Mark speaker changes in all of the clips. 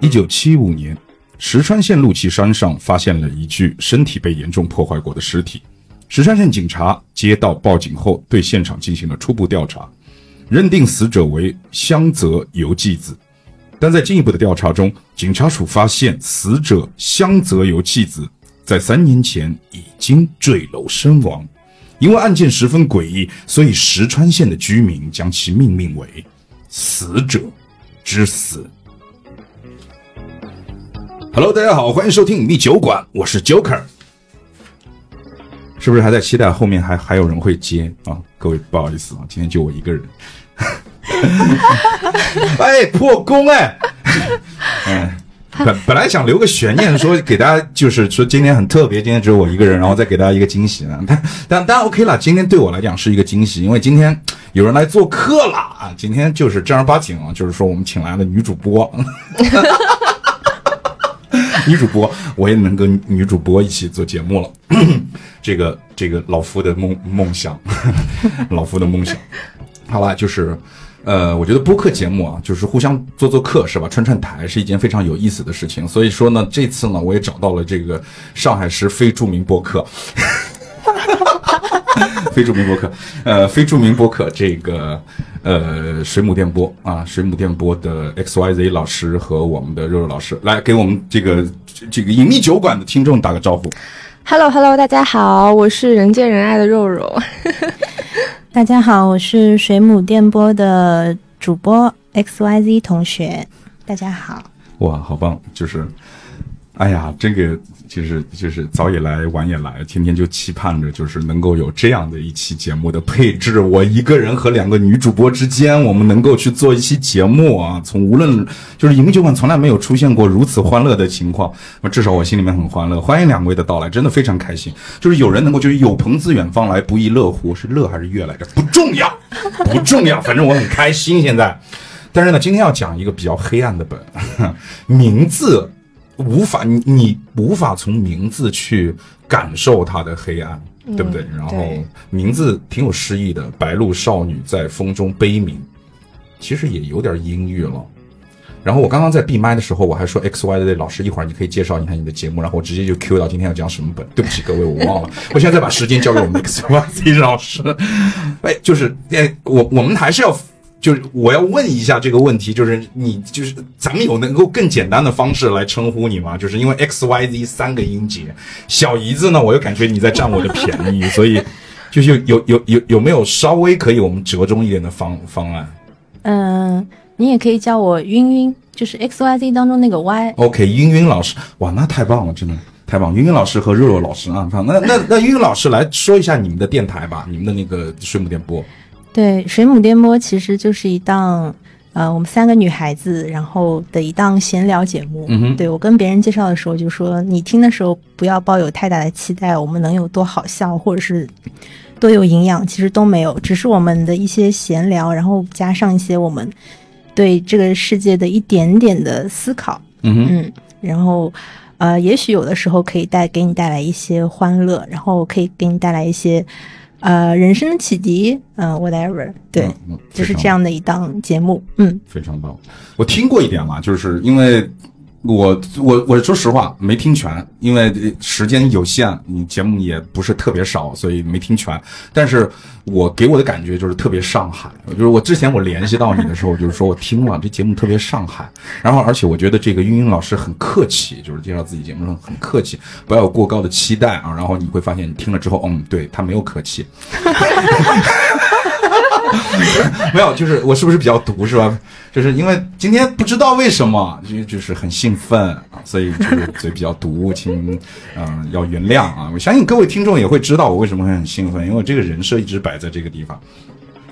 Speaker 1: 一九七五年，石川县鹿岐山上发现了一具身体被严重破坏过的尸体。石川县警察接到报警后，对现场进行了初步调查，认定死者为香泽由纪子。但在进一步的调查中，警察署发现死者香泽由纪子在三年前已经坠楼身亡。因为案件十分诡异，所以石川县的居民将其命名为“死者之死”。Hello，大家好，欢迎收听隐秘酒馆，我是 Joker。是不是还在期待后面还还有人会接啊？各位不好意思啊，今天就我一个人。 哎，破功哎！ 哎，本本来想留个悬念，说给大家就是说今天很特别，今天只有我一个人，然后再给大家一个惊喜呢。但但当然 OK 了，今天对我来讲是一个惊喜，因为今天有人来做客了啊！今天就是正儿八经啊，就是说我们请来了女主播。 女主播，我也能跟女主播一起做节目了。 这个这个老夫的梦梦想， 老夫的梦想。好啦，就是，呃，我觉得播客节目啊，就是互相做做客是吧？串串台是一件非常有意思的事情。所以说呢，这次呢，我也找到了这个上海市非著名播客， 非著名播客，呃，非著名播客这个呃水母电波啊，水母电波的 X Y Z 老师和我们的肉肉老师来给我们这个这个隐秘酒馆的听众打个招呼。
Speaker 2: Hello Hello，大家好，我是人见人爱的肉肉。
Speaker 3: 大家好，我是水母电波的主播 X Y Z 同学。大家好，
Speaker 1: 哇，好棒！就是，哎呀，这个就是就是早也来晚也来，天天就期盼着就是能够有这样的一期节目的配置，我一个人和两个女主播之间，我们能够去做一期节目啊。从无论就是饮酒馆从来没有出现过如此欢乐的情况，那至少我心里面很欢乐。欢迎两位的到来，真的非常开心。就是有人能够就是有朋自远方来，不亦乐乎，是乐还是乐来着？不重要，不重要，反正我很开心现在。但是呢，今天要讲一个比较黑暗的本， 名字无法你你无法从名字去感受它的黑暗，对不对？然后
Speaker 2: 对
Speaker 1: 名字挺有诗意的，《白鹭少女在风中悲鸣》，其实也有点阴郁了。然后我刚刚在闭麦的时候，我还说 X Y Z 老师，一会儿你可以介绍一下你的节目，然后我直接就 Q 到今天要讲什么本。对不起各位，我忘了，我现在再把时间交给我们 X Y Z 老师。哎，就是哎，我我们还是要，就是我要问一下这个问题，就是你就是咱们有能够更简单的方式来称呼你吗？就是因为 X Y Z 三个音节，小姨子呢，我又感觉你在占我的便宜，所以就是有有有有有没有稍微可以我们折中一点的方方案
Speaker 3: 嗯、你也可以叫我晕晕，就是 X Y Z 当中那个 Y。
Speaker 1: ？OK，云云老师，哇，那太棒了，真的。太棒！云云老师和肉肉老师啊，那那那云云老师来说一下你们的电台吧，你们的那个水母电波。
Speaker 3: 对，水母电波其实就是一档。呃，我们三个女孩子，然后的一档闲聊节目。
Speaker 1: 嗯哼
Speaker 3: 对我跟别人介绍的时候就说，你听的时候不要抱有太大的期待，我们能有多好笑，或者是多有营养，其实都没有，只是我们的一些闲聊，然后加上一些我们对这个世界的一点点的思考。
Speaker 1: 嗯哼，
Speaker 3: 嗯，然后呃，也许有的时候可以带给你带来一些欢乐，然后可以给你带来一些呃人生的启迪，嗯、w h a t e v e r 对，
Speaker 1: 嗯嗯
Speaker 3: 就是
Speaker 1: 非常
Speaker 3: 这样的一档节目，嗯，
Speaker 1: 非常棒。我听过一点嘛，就是因为我我我说实话没听全，因为呃时间有限，你节目也不是特别少，所以没听全。但是我给我的感觉就是特别上海，就是我之前我联系到你的时候，就是说我听了这节目特别上海，然后而且我觉得这个云云老师很客气，就是介绍自己节目上很客气，不要有过高的期待啊。然后你会发现你听了之后，嗯，对他没有客气， 没有，就是我是不是比较毒是吧？就是因为今天不知道为什么，就就是很兴奋啊，所以就是嘴比较毒，请嗯、呃要原谅啊。我相信各位听众也会知道我为什么会很兴奋，因为我这个人设一直摆在这个地方。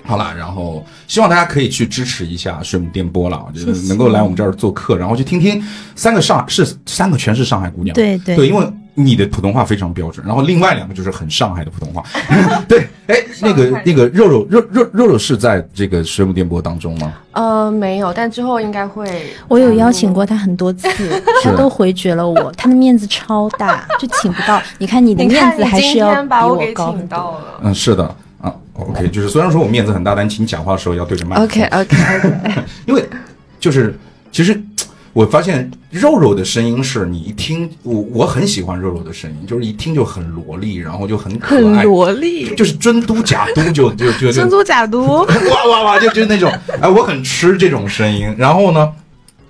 Speaker 1: 好啦，然后希望大家可以去支持一下水母电波了，我觉得能够来我们这儿做客，然后去听听三个上是三个全是上海姑娘，
Speaker 3: 对对
Speaker 1: 对，因为你的普通话非常标准，然后另外两个就是很上海的普通 话， 对，哎，那个那个肉肉肉肉肉肉是在这个水母电波当中吗？
Speaker 2: 呃，没有，但之后应该会。
Speaker 3: 我有邀请过他很多
Speaker 1: 嗯
Speaker 3: 次，他都回绝了我，他的面子超 大，就请不到。你看你的
Speaker 2: 你
Speaker 3: 面
Speaker 2: 看，
Speaker 3: 子
Speaker 2: 你
Speaker 3: 还
Speaker 2: 今
Speaker 3: 是要
Speaker 2: 天
Speaker 3: 比
Speaker 2: 把我给
Speaker 3: 高很
Speaker 2: 请
Speaker 3: 多。
Speaker 2: 到了。
Speaker 1: 嗯，是的，啊， OK，就是虽然说我面子很大，但请讲话的时候要对着麦克风。
Speaker 2: 哦 OK 啊 OK OK，
Speaker 1: 因为就是其实我发现肉肉的声音是你一听我我很喜欢肉肉的声音，就是一听就很萝莉，然后就 很可
Speaker 2: 很
Speaker 1: 爱，
Speaker 2: 萝莉，
Speaker 1: 就是真嘟假嘟就就就就
Speaker 2: 珍珠假毒，
Speaker 1: 哇哇哇，就就是那种，哎，我很吃这种声音。然后呢，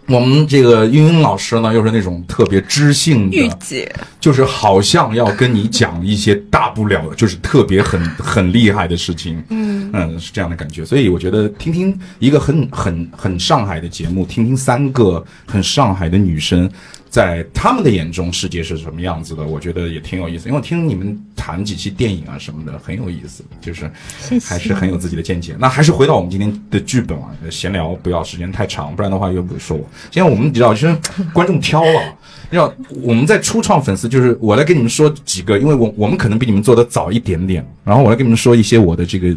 Speaker 1: 我们这个英英老师呢，又是那种特别知性
Speaker 2: 御
Speaker 1: 的，
Speaker 2: 姐，
Speaker 1: 就是好像要跟你讲一些大不了，就是特别很很厉害的事情。嗯是这样的感觉。所以我觉得听听一个很很很上海的节目，听听三个很上海的女生。在他们的眼中，世界是什么样子的？我觉得也挺有意思，因为我听你们谈几期电影啊什么的，很有意思。就是
Speaker 3: 谢谢
Speaker 1: 还是很有自己的见解。那还是回到我们今天的剧本啊，闲聊不要时间太长，不然的话又不说我。现在我们知道，就是观众挑了，要我们在初创粉丝，就是我来跟你们说几个，因为我我们可能比你们做的早一点点，然后我来跟你们说一些我的这个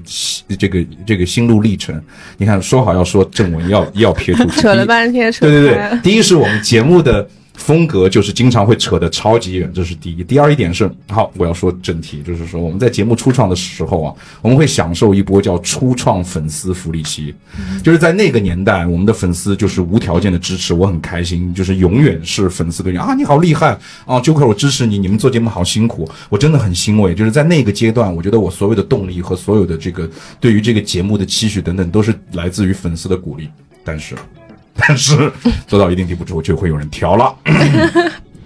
Speaker 1: 这个这个心路历程。你看，说好要说正文，要要撇出去，
Speaker 2: 扯了半天，扯
Speaker 1: 对对
Speaker 2: 开
Speaker 1: 对，第一是我们节目的风格就是经常会扯得超级远，这是第一。第二一点是，好，我要说正题，就是说我们在节目初创的时候啊，我们会享受一波叫初创粉丝福利期，
Speaker 2: 嗯
Speaker 1: 就是在那个年代，我们的粉丝就是无条件的支持，我很开心，就是永远是粉丝对你啊，你好厉害啊，Joker，我支持你，你们做节目好辛苦，我真的很欣慰，就是在那个阶段，我觉得我所有的动力和所有的这个对于这个节目的期许等等，都是来自于粉丝的鼓励，但是。但是做到一定地步之后，就会有人挑了，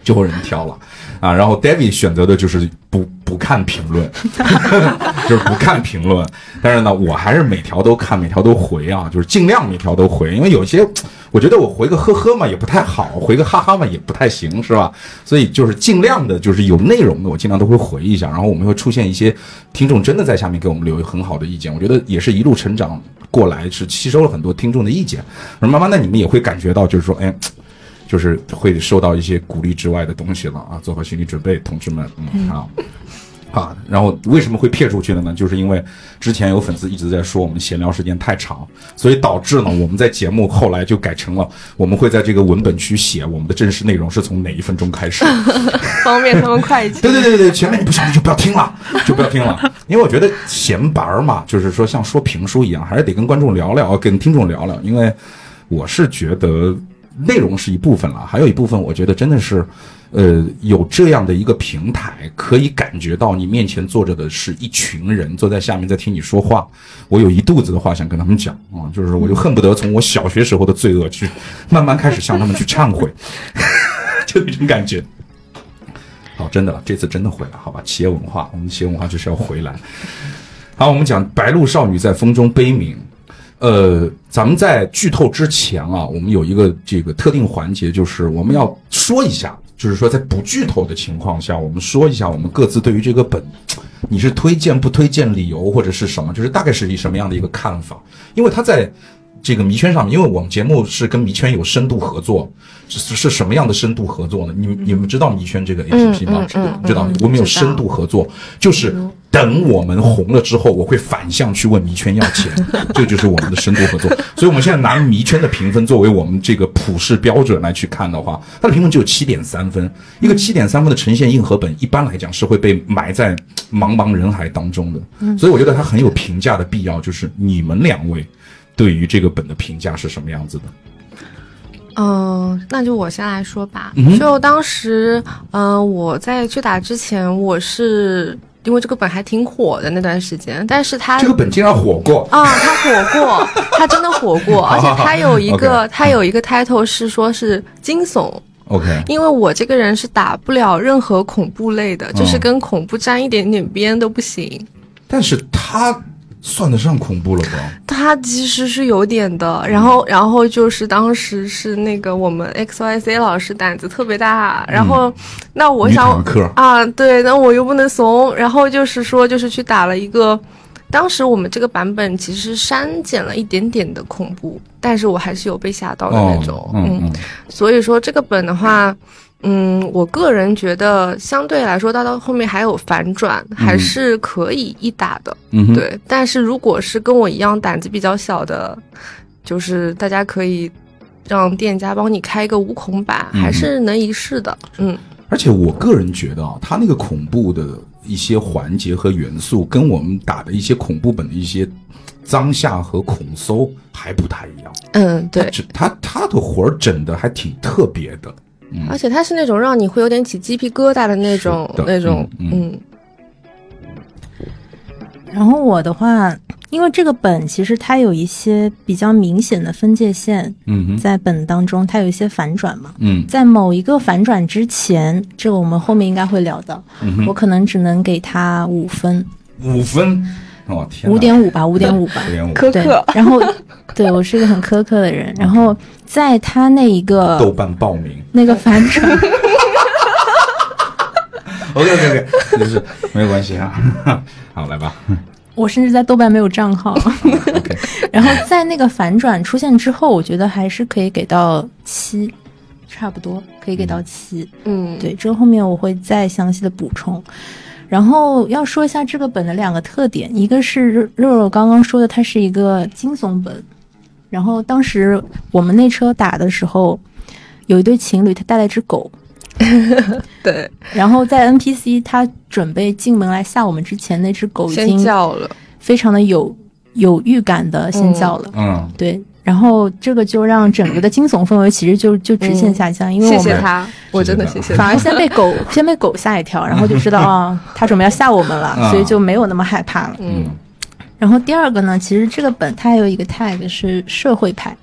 Speaker 1: 就会有人挑了啊。然后 David 选择的就是不不看评论， 就是不看评论。但是呢，我还是每条都看，每条都回啊，就是尽量每条都回，因为有些我觉得我回个呵呵嘛也不太好，回个哈哈嘛也不太行，是吧？所以就是尽量的，就是有内容的我尽量都会回一下。然后我们会出现一些听众真的在下面给我们留很好的意见，我觉得也是一路成长过来，是吸收了很多听众的意见。而慢慢的你们也会感觉到，就是说，哎。就是会受到一些鼓励之外的东西了啊，做好心理准备，同志们，嗯啊。啊，然后为什么会撇出去的呢？就是因为之前有粉丝一直在说我们闲聊时间太长，所以导致呢我们在节目后来就改成了我们会在这个文本区写我们的正式内容是从哪一分钟开始。
Speaker 2: 方便他们快 捷
Speaker 1: 对对对对对，前面你不想听就不要听了，就不要听了，因为我觉得闲白儿嘛，就是说像说评书一样，还是得跟观众聊聊，跟听众聊聊，因为我是觉得内容是一部分了，还有一部分我觉得真的是，呃，有这样的一个平台，可以感觉到你面前坐着的是一群人，坐在下面在听你说话，我有一肚子的话想跟他们讲啊、就是我就恨不得从我小学时候的罪恶去慢慢开始向他们去忏悔， 就那种感觉。好，哦真的了，这次真的回来，好吧？企业文化，我们企业文化就是要回来。好，我们讲白鹭少女在风中悲鸣。呃，咱们在剧透之前啊，我们有一个这个特定环节，就是我们要说一下，就是说在不剧透的情况下，我们说一下我们各自对于这个本，你是推荐不推荐理由或者是什么，就是大概是一什么样的一个看法？因为他在这个迷圈上面，因为我们节目是跟迷圈有深度合作，是是什么样的深度合作呢？你们你们知道迷圈这个 APP 吗？
Speaker 2: 嗯嗯
Speaker 1: 知道
Speaker 2: 嗯嗯嗯
Speaker 1: 知道我们有深度合作，就是等我们红了之后，我会反向去问迷圈要 钱，这就是我们的深度合作。所以我们现在拿迷圈的评分作为我们这个普世标准来去看的话，它的评分只有七点三分，一
Speaker 2: 嗯
Speaker 1: 个七点三分的呈现硬核本，一般来讲是会被埋在茫茫人海当中
Speaker 2: 嗯
Speaker 1: 的。所以我觉得它很有评价的必要，就是你们两位。对于这个本的评价是什么样子的？
Speaker 2: 嗯，那就我先来说吧
Speaker 1: 嗯哼。
Speaker 2: 就当时，嗯、我在去打之前，我是因为这个本还挺火的那段时间，但是它
Speaker 1: 这个本竟然火过，
Speaker 2: 啊，它火 过，它真的火过，而且它有一个
Speaker 1: OK
Speaker 2: 它有一个 title 是说是惊悚。
Speaker 1: OK，
Speaker 2: 因为我这个人是打不了任何恐怖类的，就
Speaker 1: 嗯
Speaker 2: 是跟恐怖沾一点点边都不行。
Speaker 1: 但是它算得上恐怖了吧？
Speaker 2: 它其实是有点的，
Speaker 1: 嗯
Speaker 2: 然后，然后就是当时是那个我们 X Y C 老师胆子特别大，然后、那我
Speaker 1: 嗯女
Speaker 2: 想
Speaker 1: 坦克
Speaker 2: 啊，对，那我又不能怂，然后就是说就是去打了一个，当时我们这个版本其实删减了一点点的恐怖，但是我还是有被吓到的
Speaker 1: 哦
Speaker 2: 那种，，
Speaker 1: 嗯嗯，
Speaker 2: 所以说这个本的话，嗯，我个人觉得相对来说，到到后面还有反转，还是可以一打的。
Speaker 1: 嗯哼，
Speaker 2: 对，但是如果是跟我一样胆子比较小的，就是大家可以让店家帮你开一个无孔版，
Speaker 1: 嗯
Speaker 2: 还是能一试的。嗯，
Speaker 1: 而且我个人觉得啊，他那个恐怖的一些环节和元素，跟我们打的一些恐怖本的一些脏吓和恐搜还不太一样。
Speaker 2: 嗯，对，
Speaker 1: 这他他的活儿整的还挺特别的。
Speaker 2: 而且它是那种让你会有点起鸡皮疙瘩的那种
Speaker 1: 嗯是的
Speaker 2: 那种，
Speaker 1: 嗯
Speaker 2: 嗯
Speaker 3: 然后我的话，因为这个本其实它有一些比较明显的分界线，
Speaker 1: 嗯哼，
Speaker 3: 在本当中它有一些反转嘛。
Speaker 1: 嗯
Speaker 3: 在某一个反转之前，这个我们后面应该会聊到，
Speaker 1: 嗯哼，
Speaker 3: 我可能只能给它五分，
Speaker 1: 五分，哦天哪，
Speaker 3: 五点五吧，五点五吧
Speaker 1: 五。点五，
Speaker 2: 苛
Speaker 3: 对
Speaker 2: 刻，
Speaker 3: 然后对我是一个很苛刻的人。然后在他那一
Speaker 1: 豆
Speaker 3: 个
Speaker 1: 瓣报名。
Speaker 3: 那个反转，
Speaker 1: OK OK OK，就是没有关系啊。 好，来吧。
Speaker 3: 我甚至在豆瓣没有账号。
Speaker 1: OK，
Speaker 3: 然后在那个反转出现之后，我觉得还是可以给到七，差不多可以给到七。
Speaker 2: 嗯，
Speaker 3: 对，这个后面我会再详细的补充。然后要说一下这个本的两个特点，一个是肉肉刚刚说的，它是一个惊悚本。然后当时我们那车打的时候，有一对情侣，他带了一只狗，
Speaker 2: 对，
Speaker 3: 然后在 NPC 他准备进门来吓我们之前，那只狗已
Speaker 2: 先
Speaker 3: 经
Speaker 2: 叫了，
Speaker 3: 非常的有有预感的先叫了，
Speaker 1: 嗯，
Speaker 3: 对。然后这个就让整个的惊悚氛围其实就就直线下降，因为
Speaker 2: 嗯谢
Speaker 3: 我们
Speaker 2: 谢他，我真的谢谢
Speaker 3: 反
Speaker 2: 他，
Speaker 3: 而先被 狗先被狗吓一跳，然后就知道啊、他准备要吓我们了，
Speaker 1: 啊
Speaker 3: 所以就没有那么害怕了。
Speaker 2: 嗯，
Speaker 3: 然后第二个呢，其实这个本它还有一个 tag 是社会派，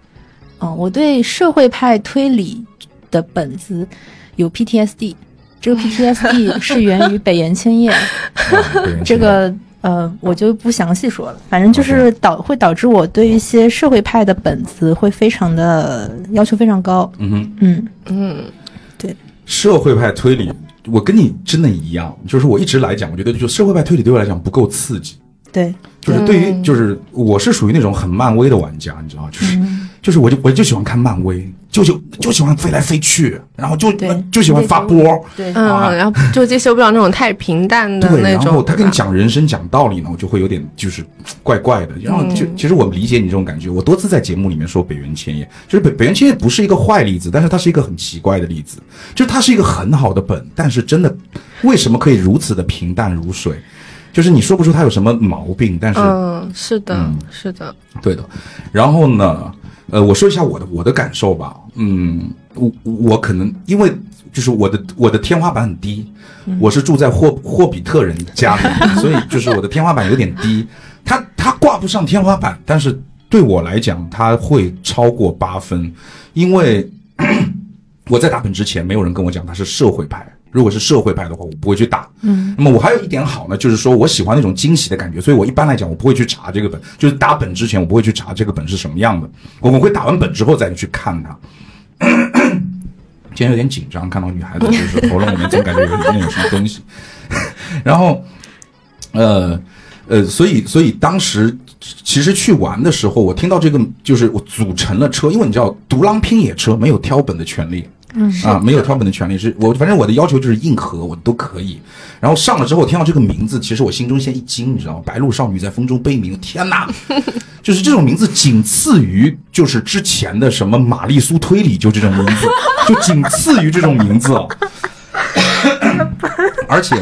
Speaker 3: 嗯，我对社会派推理的本子有 PTSD，这 个 PTSD 是源于北岩千叶，
Speaker 1: 嗯
Speaker 3: 这个呃我就不详细说了，反正就是导会导致我对一些社会派的本子会非常的要求非常高，
Speaker 1: 嗯哼，
Speaker 3: 嗯，
Speaker 2: 嗯，
Speaker 1: 社会派推理，我跟你真的一样，就是我一直来讲，我觉得就社会派推理对我来讲不够刺激。
Speaker 3: 对，
Speaker 1: 就是对于，就是我是属于那种很漫威的玩家，你知道吗，就是
Speaker 3: 嗯
Speaker 1: 就是我就我就喜欢看漫威，就就就喜欢飞来飞去，然后就
Speaker 3: 对
Speaker 1: 就喜欢发波，
Speaker 3: 对
Speaker 1: 啊
Speaker 2: 嗯，然后就接受不了那种太平淡的
Speaker 1: 对，
Speaker 2: 那
Speaker 1: 然后
Speaker 2: 种。
Speaker 1: 他跟你讲人生讲道理呢，我就会有点就是怪怪的。然后就、
Speaker 2: 嗯
Speaker 1: 其实我理解你这种感觉，我多次在节目里面说北原千叶，就是北北原千叶不是一个坏例子，但是它是一个很奇怪的例子，就是它是一个很好的本，但是真的为什么可以如此的平淡如水？就是你说不出它有什么毛病，但是、
Speaker 2: 嗯，是的，是的，
Speaker 1: 对的。然后呢，呃，我说一下我的我的感受吧。嗯，我我可能因为就是我的我的天花板很低，我是住在霍霍比特人家里，所以就是我的天花板有点低。他他挂不上天花板，但是对我来讲，他会超过八分，因为我在打本之前，没有人跟我讲他是社会派。如果是社会派的话，我不会去打。嗯，那么我还有一点好呢，就是说我喜欢那种惊喜的感觉，所以我一般来讲我不会去查这个本，就是打本之前我不会去查这个本是什么样的，我我会打完本之后再去看它。今天有点紧张，看到女孩子就是喉咙里面总感觉有点有点什么东西， 然后，呃。呃，所以所以当时其实去玩的时候，我听到这个就是我组成了车，因为你知道独狼拼野车没有挑本的权利，嗯啊，没有挑本的权利，是我反正我的要求就是硬核，我都可以。然后上了之后听到这个名字，其实我心中先一惊，你知道吗？白鹭少女在风中悲鸣，天哪！就是这种名字仅次于就是之前的什么玛丽苏推理，就这种名字，就仅次于这种名字哦。而且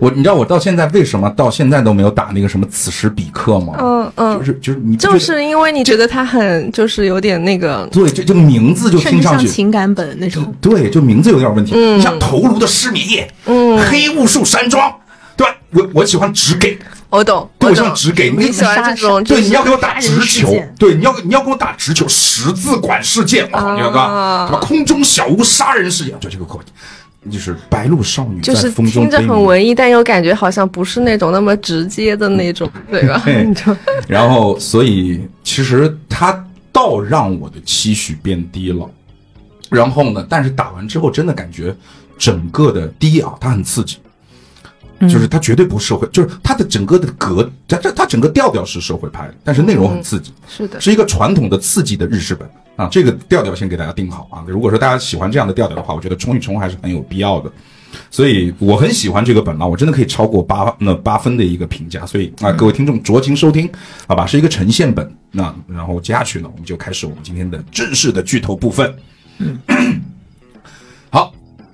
Speaker 1: 我你知道我到现在为什么到现在都没有打那个什么此时彼刻吗？
Speaker 2: 嗯嗯
Speaker 1: 就是就是你不觉得
Speaker 2: 就是因为你觉得他很，就是有点那个，
Speaker 1: 对这这个名字就
Speaker 3: 甚
Speaker 1: 听
Speaker 3: 至
Speaker 1: 上
Speaker 3: 像
Speaker 1: 去
Speaker 3: 情感本那
Speaker 2: 嗯
Speaker 3: 种。
Speaker 1: 对，就名字有点问题。你像头颅的失眠夜，嗯，黑雾树山庄，对吧？我我喜欢直给，
Speaker 2: 我懂，
Speaker 1: 对
Speaker 2: 我
Speaker 1: 我喜欢
Speaker 2: 懂，
Speaker 1: 直给，
Speaker 2: 你
Speaker 1: 你
Speaker 2: 喜欢这种，就
Speaker 1: 对
Speaker 2: 是
Speaker 1: 你要给我打
Speaker 3: 杀
Speaker 1: 直
Speaker 3: 人事
Speaker 1: 球
Speaker 3: 件，
Speaker 1: 对你要你要给我打直球，十字管事件，我靠，你要干
Speaker 2: 啊
Speaker 1: 什么空中小屋杀人事件，就这个口音，就是白鹭少女
Speaker 2: 就
Speaker 1: 在
Speaker 2: 是
Speaker 1: 风中
Speaker 2: 听着
Speaker 1: 悲
Speaker 2: 很
Speaker 1: 鸣。
Speaker 2: 文艺，但又感觉好像不是那种那么直接的那种，对吧？
Speaker 1: 嗯对
Speaker 2: 你就
Speaker 1: 哎然后，所以其实他倒让我的期许变低了。然后呢，但是打完之后，真的感觉整个的第一啊，它很刺激，
Speaker 2: 嗯
Speaker 1: 就是它绝对不社会，就是它的整个的格，它它它整个调调是社会派的，但是内容很
Speaker 2: 嗯
Speaker 1: 刺激。
Speaker 2: 是 的，
Speaker 1: 是一个传统的刺激的日式本啊，这个调调先给大家定好啊。如果说大家喜欢这样的调调的话，我觉得冲一冲还是很有必要的。所以我很喜欢这个本啊了，我真的可以超过八那八分的一个评价。所以啊、各位听众酌情收听，好吧，是一个呈现本。那然后接下去呢，我们就开始我们今天的正式的剧透部分。 好，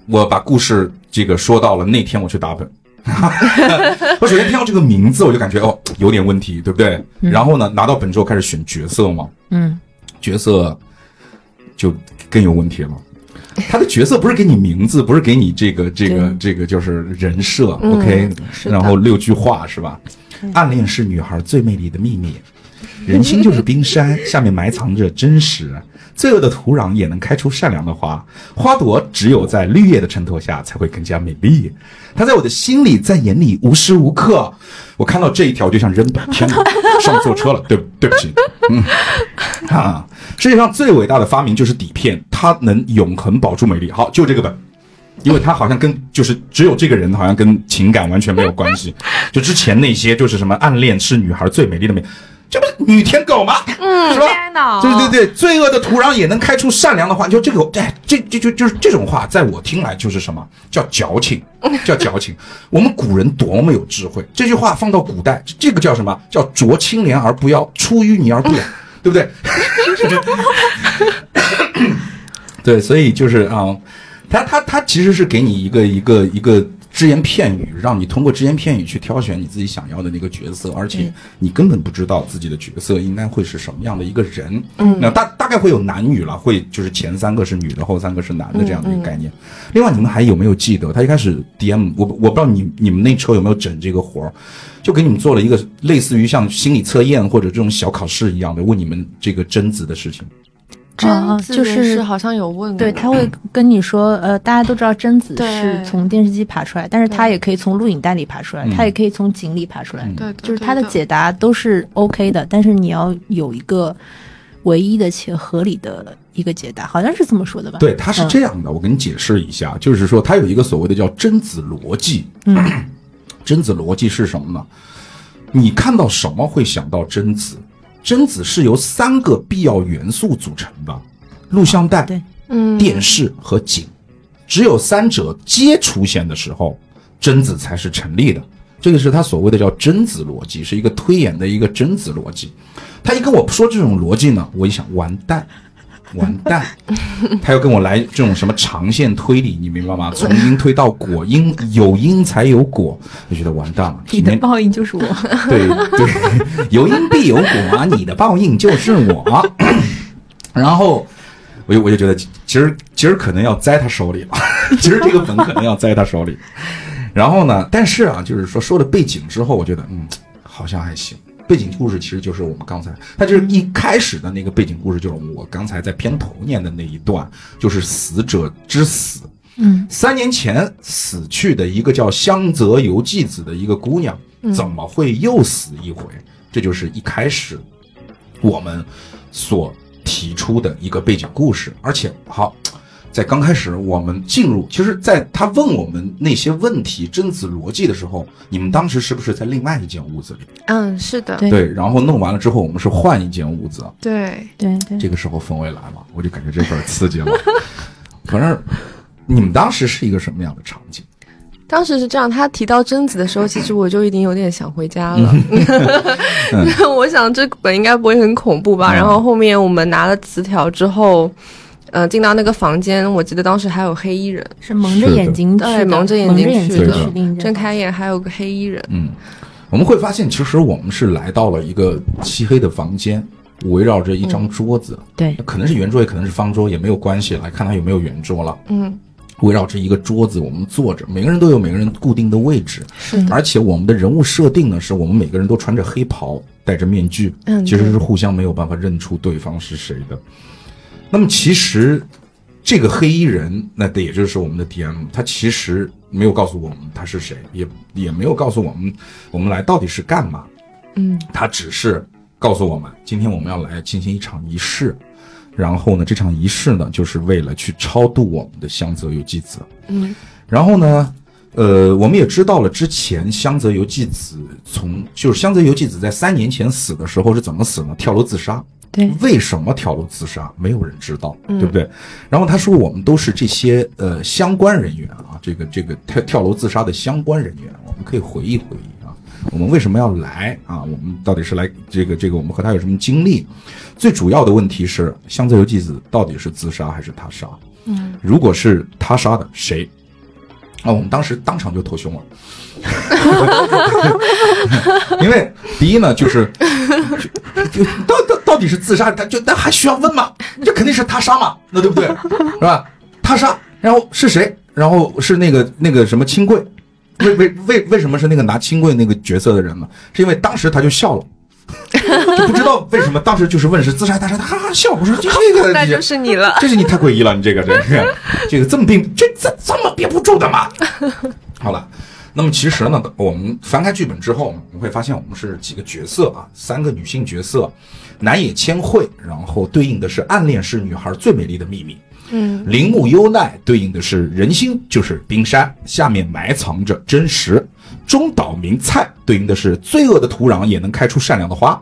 Speaker 1: 我把故事这个说到了那天我去打本， 我首先听到这个名字，我就感觉哦有点问题，对不对？
Speaker 2: 嗯
Speaker 1: 然后呢，拿到本之后开始选角色嘛，
Speaker 3: 嗯，
Speaker 1: 角色就更有问题了。他的角色不是给你名字，不是给你这 个这个这个就是人设、
Speaker 2: 嗯
Speaker 1: o k
Speaker 2: 是的嗯
Speaker 1: 然后六句话是吧？暗恋是女孩最美丽的秘 密，人心就是冰山， 下面埋藏着真实。罪恶的土壤也能开出善良的花，花朵只有在绿叶的衬托下才会更加美丽。它在我的心里，在眼里，无时无刻。我看到这一条我就想扔吧，天哪，上错车了，对对不起。嗯，啊，世界上最伟大的发明就是底片，它能永恒保住美丽。好，就这个本。因为它好像跟就是只有这个人好像跟情感完全没有关 系，就之前那些就是什么暗恋是女孩最美丽的美，这不是女舔狗吗？嗯，是吧？
Speaker 2: 天哪
Speaker 1: 对对对，罪恶的土壤也能开出善良的话，就这个，哎，这这就就是这种话，在我听来就是什么叫矫 情，叫矫情。我们古人多么有智慧，这句话放到古代，这这个叫什么？叫濯清涟而不妖，出淤泥而 不染，对不对？对，所以就是啊、他他他其实是给你一个一个一个只言片语，让你通过只言片语去挑选你自己想要的那个角色，而且你根本不知道自己的角色应该会是什么样的一个人。嗯，那大大概会有男女了，会就是前三个是女的，后三个是男的这样的一个概念。另外，你们还有没有记得他一开始 DM 我我不知道你你们那车有没有整这个活儿，就给你们做了一个类似于像心理测验或者这种小考试一样的，问你们这个贞子的事情。
Speaker 2: 真
Speaker 3: 哦
Speaker 2: 子
Speaker 3: 就
Speaker 2: 人
Speaker 3: 是
Speaker 2: 士好像有问过，
Speaker 3: 对，他
Speaker 1: 嗯
Speaker 3: 会跟你说，呃，大家都知道贞子是
Speaker 2: 对
Speaker 3: 从电视机爬出来，但是他
Speaker 2: 对
Speaker 3: 也可以从录影带里爬出来，
Speaker 1: 嗯
Speaker 3: 他也可以从井里爬出来，
Speaker 2: 对，
Speaker 3: 就是
Speaker 2: 他
Speaker 3: 他的解答都是 OK 的，但是你要有一个唯一的且合理的一个解答，好像是这么说的吧？
Speaker 1: 对，它是这样的，我给你解释一下，就是说它有一个所谓的叫贞子逻辑。 嗯，贞子逻辑是什么呢？你看到什么会想到贞子？贞子是由三个必要元素组成的：录像带、
Speaker 3: 啊对
Speaker 2: 嗯
Speaker 1: 电视和景。只有三者皆出现的时候，贞子才是成立的。这个是他所谓的叫贞子逻辑，是一个推演的一个贞子逻辑。他一跟我说这种逻辑呢，我一想完蛋，完蛋，他要跟我来这种什么长线推理，你明白吗？从因推到果，因有因才有果，我觉得完蛋了。
Speaker 3: 你
Speaker 1: 今
Speaker 3: 的
Speaker 1: 天
Speaker 3: 报应就是我，
Speaker 1: 对对，有因必有果，啊你的报应就是我。 然后我就我就觉得，其实其实可能要栽他手里了， 其实这个本可能要栽他手里。然后呢，但是啊，就是说说了背景之后，我觉得嗯，好像还行。背景故事其实就是我们刚才，它就是一开始的那个背景故事，就是我刚才在片头念的那一段，就是死者之死。
Speaker 3: 嗯，
Speaker 1: 三年前死去的一个叫香泽由纪子的一个姑娘，怎么会又死一回？这就是一开始我们所提出的一个背景故事。而且，好，在刚开始我们进入，其实，在他问我们那些问题贞子逻辑的时候，你们当时是不是在另外一间屋子里？
Speaker 2: 嗯是的，
Speaker 3: 对
Speaker 1: 对，然后弄完了之后，我们是换一间屋子。
Speaker 2: 对
Speaker 3: 对对，
Speaker 1: 这个时候氛围来了，我就感觉这份刺激了。反正你们当时是一个什么样的场景？
Speaker 2: 当时是这样，他提到贞子的时候，其实我就已经有点想回家了。 我想这本应该不会很恐怖吧？
Speaker 1: 嗯
Speaker 2: 然后后面我们拿了词条之后，呃，进到那个房间，我记得当时还有黑衣人，
Speaker 3: 嗯是蒙着
Speaker 1: 是的
Speaker 3: 眼睛去
Speaker 2: 对
Speaker 3: 的，
Speaker 2: 蒙着眼
Speaker 3: 蒙
Speaker 2: 睛
Speaker 3: 眼
Speaker 2: 去
Speaker 3: 睛
Speaker 1: 的
Speaker 3: 去另一间
Speaker 2: 睁开眼还有个黑衣人。
Speaker 1: 嗯，我们会发现，其实我们是来到了一个漆黑的房间，围绕着一张桌子，
Speaker 3: 对
Speaker 1: 可能是圆桌，也可能是方桌，也没有关系，来看它有没有圆桌了。
Speaker 2: 嗯，
Speaker 1: 围绕着一个桌子，我们坐着，每个人都有每个人固定的位置，
Speaker 2: 是的，
Speaker 1: 而且我们的人物设定呢，是我们每个人都穿着黑袍，戴着面具，
Speaker 2: 嗯
Speaker 1: 其实是互相没有办法认出对方是谁的。那么其实这个黑衣人，那得也就是我们的 DM，他其实没有告诉我们他是谁，也也没有告诉我们我们来到底是干嘛，
Speaker 2: 嗯，
Speaker 1: 他只是告诉我们，今天我们要来进行一场仪式。然后呢，这场仪式呢，就是为了去超度我们的香泽由纪子。
Speaker 2: 嗯，
Speaker 1: 然后呢，呃，我们也知道了之前香泽由纪子从就是香泽由纪子在三年前死的时候是怎么死呢？跳楼自杀。
Speaker 3: 对
Speaker 1: 为什么跳楼自杀？没有人知道，对不对？然后他说，我们都是这些呃相关人员啊，这个这个跳跳楼自杀的相关人员，我们可以回忆回忆啊，我们为什么要来啊？我们到底是来这个这个，我们和他有什么经历？最主要的问题是，香泽由纪子到底是自杀还是他杀？嗯，如果是他杀的，谁？啊，我们当时当场就投凶了。 因为第一呢， 就是就就到到到底是自杀，他就那还需要问吗？这肯定是他杀嘛，那对不对？是吧？他杀，然后是谁？然后是那个那个什么清贵，为为为为什么是那个拿清贵那个角色的人呢？是因为当时他就笑了。 就不知道为什么当时就是问是自杀，大杀，他哈哈笑，我说 这个
Speaker 2: 那就是你了。
Speaker 1: 这是你太诡异了，你这个这个这个这么并这这这么憋不住的吗？好了，那么其实呢，我们翻开剧本之后，你会发现我们是几个角色啊，三个女性角色，南野千惠，然后对应的是暗恋是女孩最美丽的秘密。
Speaker 2: 嗯，
Speaker 1: 铃木优奈对应的是人心就是冰山，下面埋藏着真实。中岛明菜对应的是罪恶的土壤也能开出善良的花。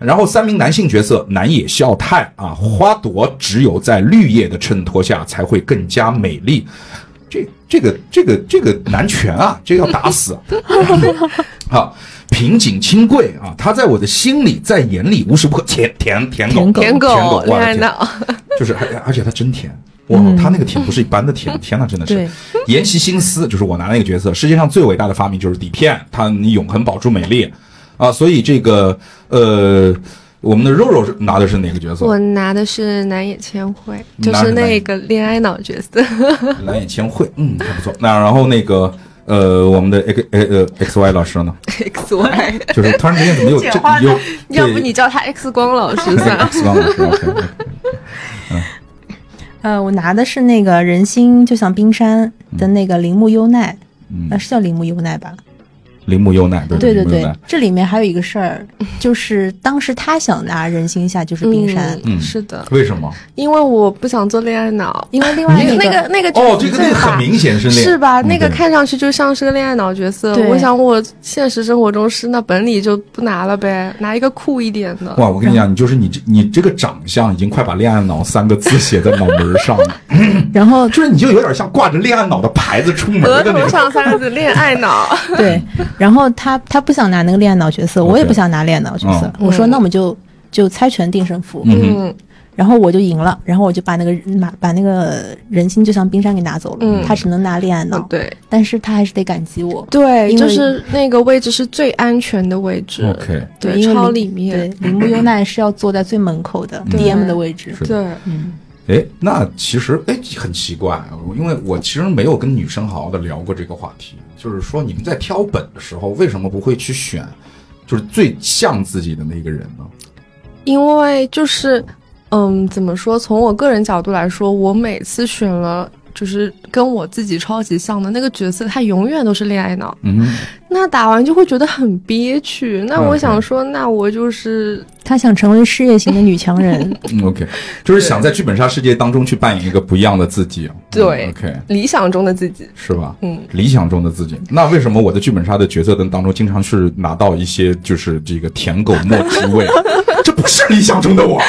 Speaker 1: 然后三名男性角色南野孝太啊，花朵只有在绿叶的衬托下才会更加美丽。这这个这个这个男权啊，这个要打死。 好，平井清贵啊，他在我的心里，在眼里无时不刻舔舔舔狗
Speaker 3: 舔狗
Speaker 2: 舔
Speaker 1: 舔狗
Speaker 2: 狗，
Speaker 1: 我
Speaker 2: 恋
Speaker 1: 的
Speaker 2: 爱
Speaker 1: 天
Speaker 2: 脑，
Speaker 1: 就是而而且他真甜。哇，他那个甜不是一般的
Speaker 2: 嗯
Speaker 1: 甜，天呐，真的是
Speaker 3: 对。
Speaker 1: 研习心思就是我拿那个角色，世界上最伟大的发明就是底片，它你永恒保住美丽啊。所以这个呃，我们的肉肉是拿的是哪个角色？
Speaker 2: 我拿的是南野千惠，
Speaker 1: 你
Speaker 2: 就
Speaker 1: 拿
Speaker 2: 是
Speaker 1: 的哪
Speaker 2: 那
Speaker 1: 一
Speaker 2: 个恋爱脑角色。
Speaker 1: 蓝眼千惠，嗯，还不错。那然后那个呃，我们的 X 呃呃 X Y 老师呢，
Speaker 2: X Y，
Speaker 1: 就是突然之间怎么又这
Speaker 3: 简化了
Speaker 1: 又
Speaker 2: 要不
Speaker 1: 对
Speaker 2: 你叫他 X 光老师算 了。
Speaker 1: X 光老师，OK，
Speaker 3: 呃，我拿的是那个人心就像冰山的那个铃木优奈，
Speaker 1: 嗯
Speaker 3: 呃，，是叫铃木优奈吧？
Speaker 1: 铃木优奈，
Speaker 3: 对对
Speaker 1: 铃木优
Speaker 3: 对
Speaker 1: 奈，，
Speaker 3: 这里面还有一个事儿，就是当时他想拿人心下就是冰山，
Speaker 1: 嗯
Speaker 2: 嗯，是的，
Speaker 1: 为什么？
Speaker 2: 因为我不想做恋爱脑，
Speaker 3: 因为另外一
Speaker 2: 那个那个
Speaker 1: 哦，这个
Speaker 2: 角色
Speaker 1: 那个
Speaker 2: 吧
Speaker 1: 很明显是那，
Speaker 2: 是吧？
Speaker 1: 嗯
Speaker 2: 那个
Speaker 1: 对
Speaker 2: 看上去就像是个恋爱脑角色，
Speaker 3: 对
Speaker 2: 我想我现实生活中是那本里就不拿了呗，拿一个酷一点的。
Speaker 1: 哇，我跟你讲，你就是你这你这个长相已经快把“恋爱脑”三个字写在脑门上了，
Speaker 3: 然后
Speaker 1: 就是你就有点像挂着“恋爱脑”的牌子出门
Speaker 2: 额
Speaker 1: 的那 种。
Speaker 2: 头上三个字“恋爱脑
Speaker 3: 对，然后他他不想拿那个恋爱脑角色，我也
Speaker 1: OK
Speaker 3: 不想拿恋爱脑角
Speaker 1: 哦
Speaker 3: 色，
Speaker 2: 嗯
Speaker 3: 我说那我们就就猜拳定胜负，
Speaker 1: 嗯”。哼，
Speaker 2: 嗯
Speaker 3: 然后我就赢了，然后我就把那个拿把那个人心就像冰山给拿走了，
Speaker 2: 嗯
Speaker 3: 他只能拿恋爱脑，
Speaker 2: 嗯，对
Speaker 3: 但是他还是得感激我，
Speaker 2: 对，
Speaker 3: 因为
Speaker 2: 就是那个位置是最安全的位置。
Speaker 1: OK
Speaker 2: 对，
Speaker 3: 因为
Speaker 2: 超
Speaker 3: 铃
Speaker 2: 里面。
Speaker 3: 对，铃木优奈是要坐在最门口的
Speaker 1: 对
Speaker 3: DM 的位置，
Speaker 1: 是
Speaker 2: 对，
Speaker 1: 哎，那其实哎很奇怪，因为我其实没有跟女生好好的聊过这个话题，就是说你们在挑本的时候，为什么不会去选就是最像自己的那个人呢？
Speaker 2: 因为就是，嗯，怎么说？从我个人角度来说，我每次选了就是跟我自己超级像的那个角色，他永远都是恋爱脑。
Speaker 1: 嗯哼，
Speaker 2: 那打完就会觉得很憋屈。那我
Speaker 1: OK
Speaker 2: 想说，那我就是
Speaker 3: 他想成为事业型的女强 人，
Speaker 1: 嗯，OK，就是想在剧本杀世界当中去扮演一个不一样的自己。
Speaker 2: 对
Speaker 1: 嗯，OK，
Speaker 2: 理想中的自己。
Speaker 1: 是吧？
Speaker 2: 嗯，
Speaker 1: 理想中的自己。那为什么我的剧本杀的角色的当中，经常是拿到一些就是这个舔狗莫之味？啊这不是理想中的我。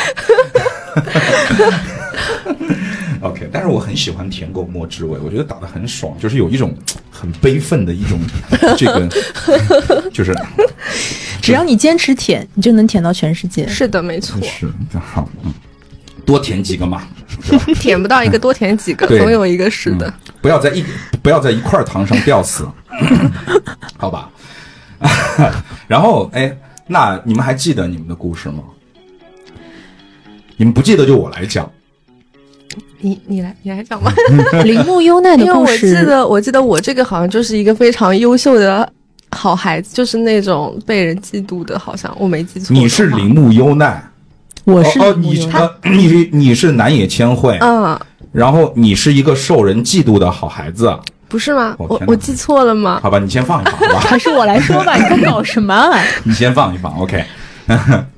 Speaker 1: OK，但是我很喜欢舔狗莫之味，我觉得打得很爽，就是有一种很悲愤的一种这个，就是
Speaker 3: 只要你坚持舔，你就能舔到全世界。
Speaker 2: 是的，没错，
Speaker 1: 是好，嗯，多舔几个嘛，
Speaker 2: 舔不到一个多舔几个，
Speaker 1: 嗯 对嗯
Speaker 2: 总有一个是的。
Speaker 1: 不要在一不要在一块糖上吊 死，好吧？ 然后哎，那你们还记得你们的故事吗？你们不记得就我来讲，
Speaker 2: 你你来你来讲吧，
Speaker 1: 嗯
Speaker 3: 铃木优奈的
Speaker 2: 因为
Speaker 3: 故
Speaker 2: 我记
Speaker 3: 事，
Speaker 2: 得我记得我这个好像就是一个非常优秀的好孩子，就是那种被人嫉妒的，好像我没记错。
Speaker 1: 你是铃，木优奈，
Speaker 3: 我是
Speaker 1: 哦哦，你
Speaker 3: 铃木优
Speaker 1: 是
Speaker 3: 奈，哦
Speaker 1: 呃你是你是南野千惠，
Speaker 2: 嗯，
Speaker 1: 然后你是一个受人嫉妒的好孩子，
Speaker 3: 啊
Speaker 2: 不是吗？
Speaker 1: 哦
Speaker 2: 我
Speaker 1: 天哪
Speaker 2: 我记错了吗？
Speaker 1: 好吧？你先放一放，好 吧？
Speaker 3: 还是我来说吧，你在搞什么、啊？
Speaker 1: 你先放一放，OK，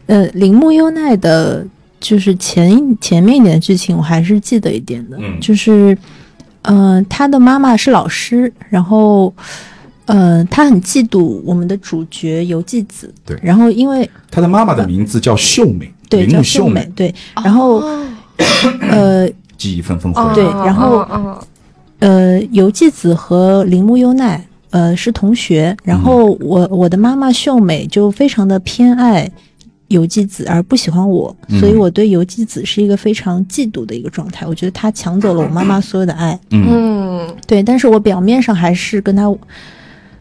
Speaker 3: 呃，铃木优奈的，就是前一前面一点的剧情，我还是记得一点的，
Speaker 1: 嗯
Speaker 3: 就是，呃，他的妈妈是老师，然后，呃，他很嫉妒我们的主角游纪子，
Speaker 1: 对
Speaker 3: 然后因为
Speaker 1: 他的妈妈的名字叫秀美，
Speaker 3: 对
Speaker 1: 铃
Speaker 3: 叫
Speaker 1: 木
Speaker 3: 秀
Speaker 1: 秀
Speaker 3: 美
Speaker 1: 美，，
Speaker 3: 对，然后、呃
Speaker 1: 记忆纷纷回
Speaker 2: 哦
Speaker 1: 来，
Speaker 3: 对然后
Speaker 2: 哦哦
Speaker 3: 呃，游纪子和铃木优奈。呃，是同学，然后我我的妈妈秀美就非常的偏爱游纪子，而不喜欢我，所以
Speaker 1: 嗯
Speaker 3: 我对游纪子是一个非常嫉妒的一个状态。我觉得她抢走了我妈妈所有的爱，
Speaker 1: 嗯
Speaker 2: 嗯，
Speaker 3: 对，但是我表面上还是跟她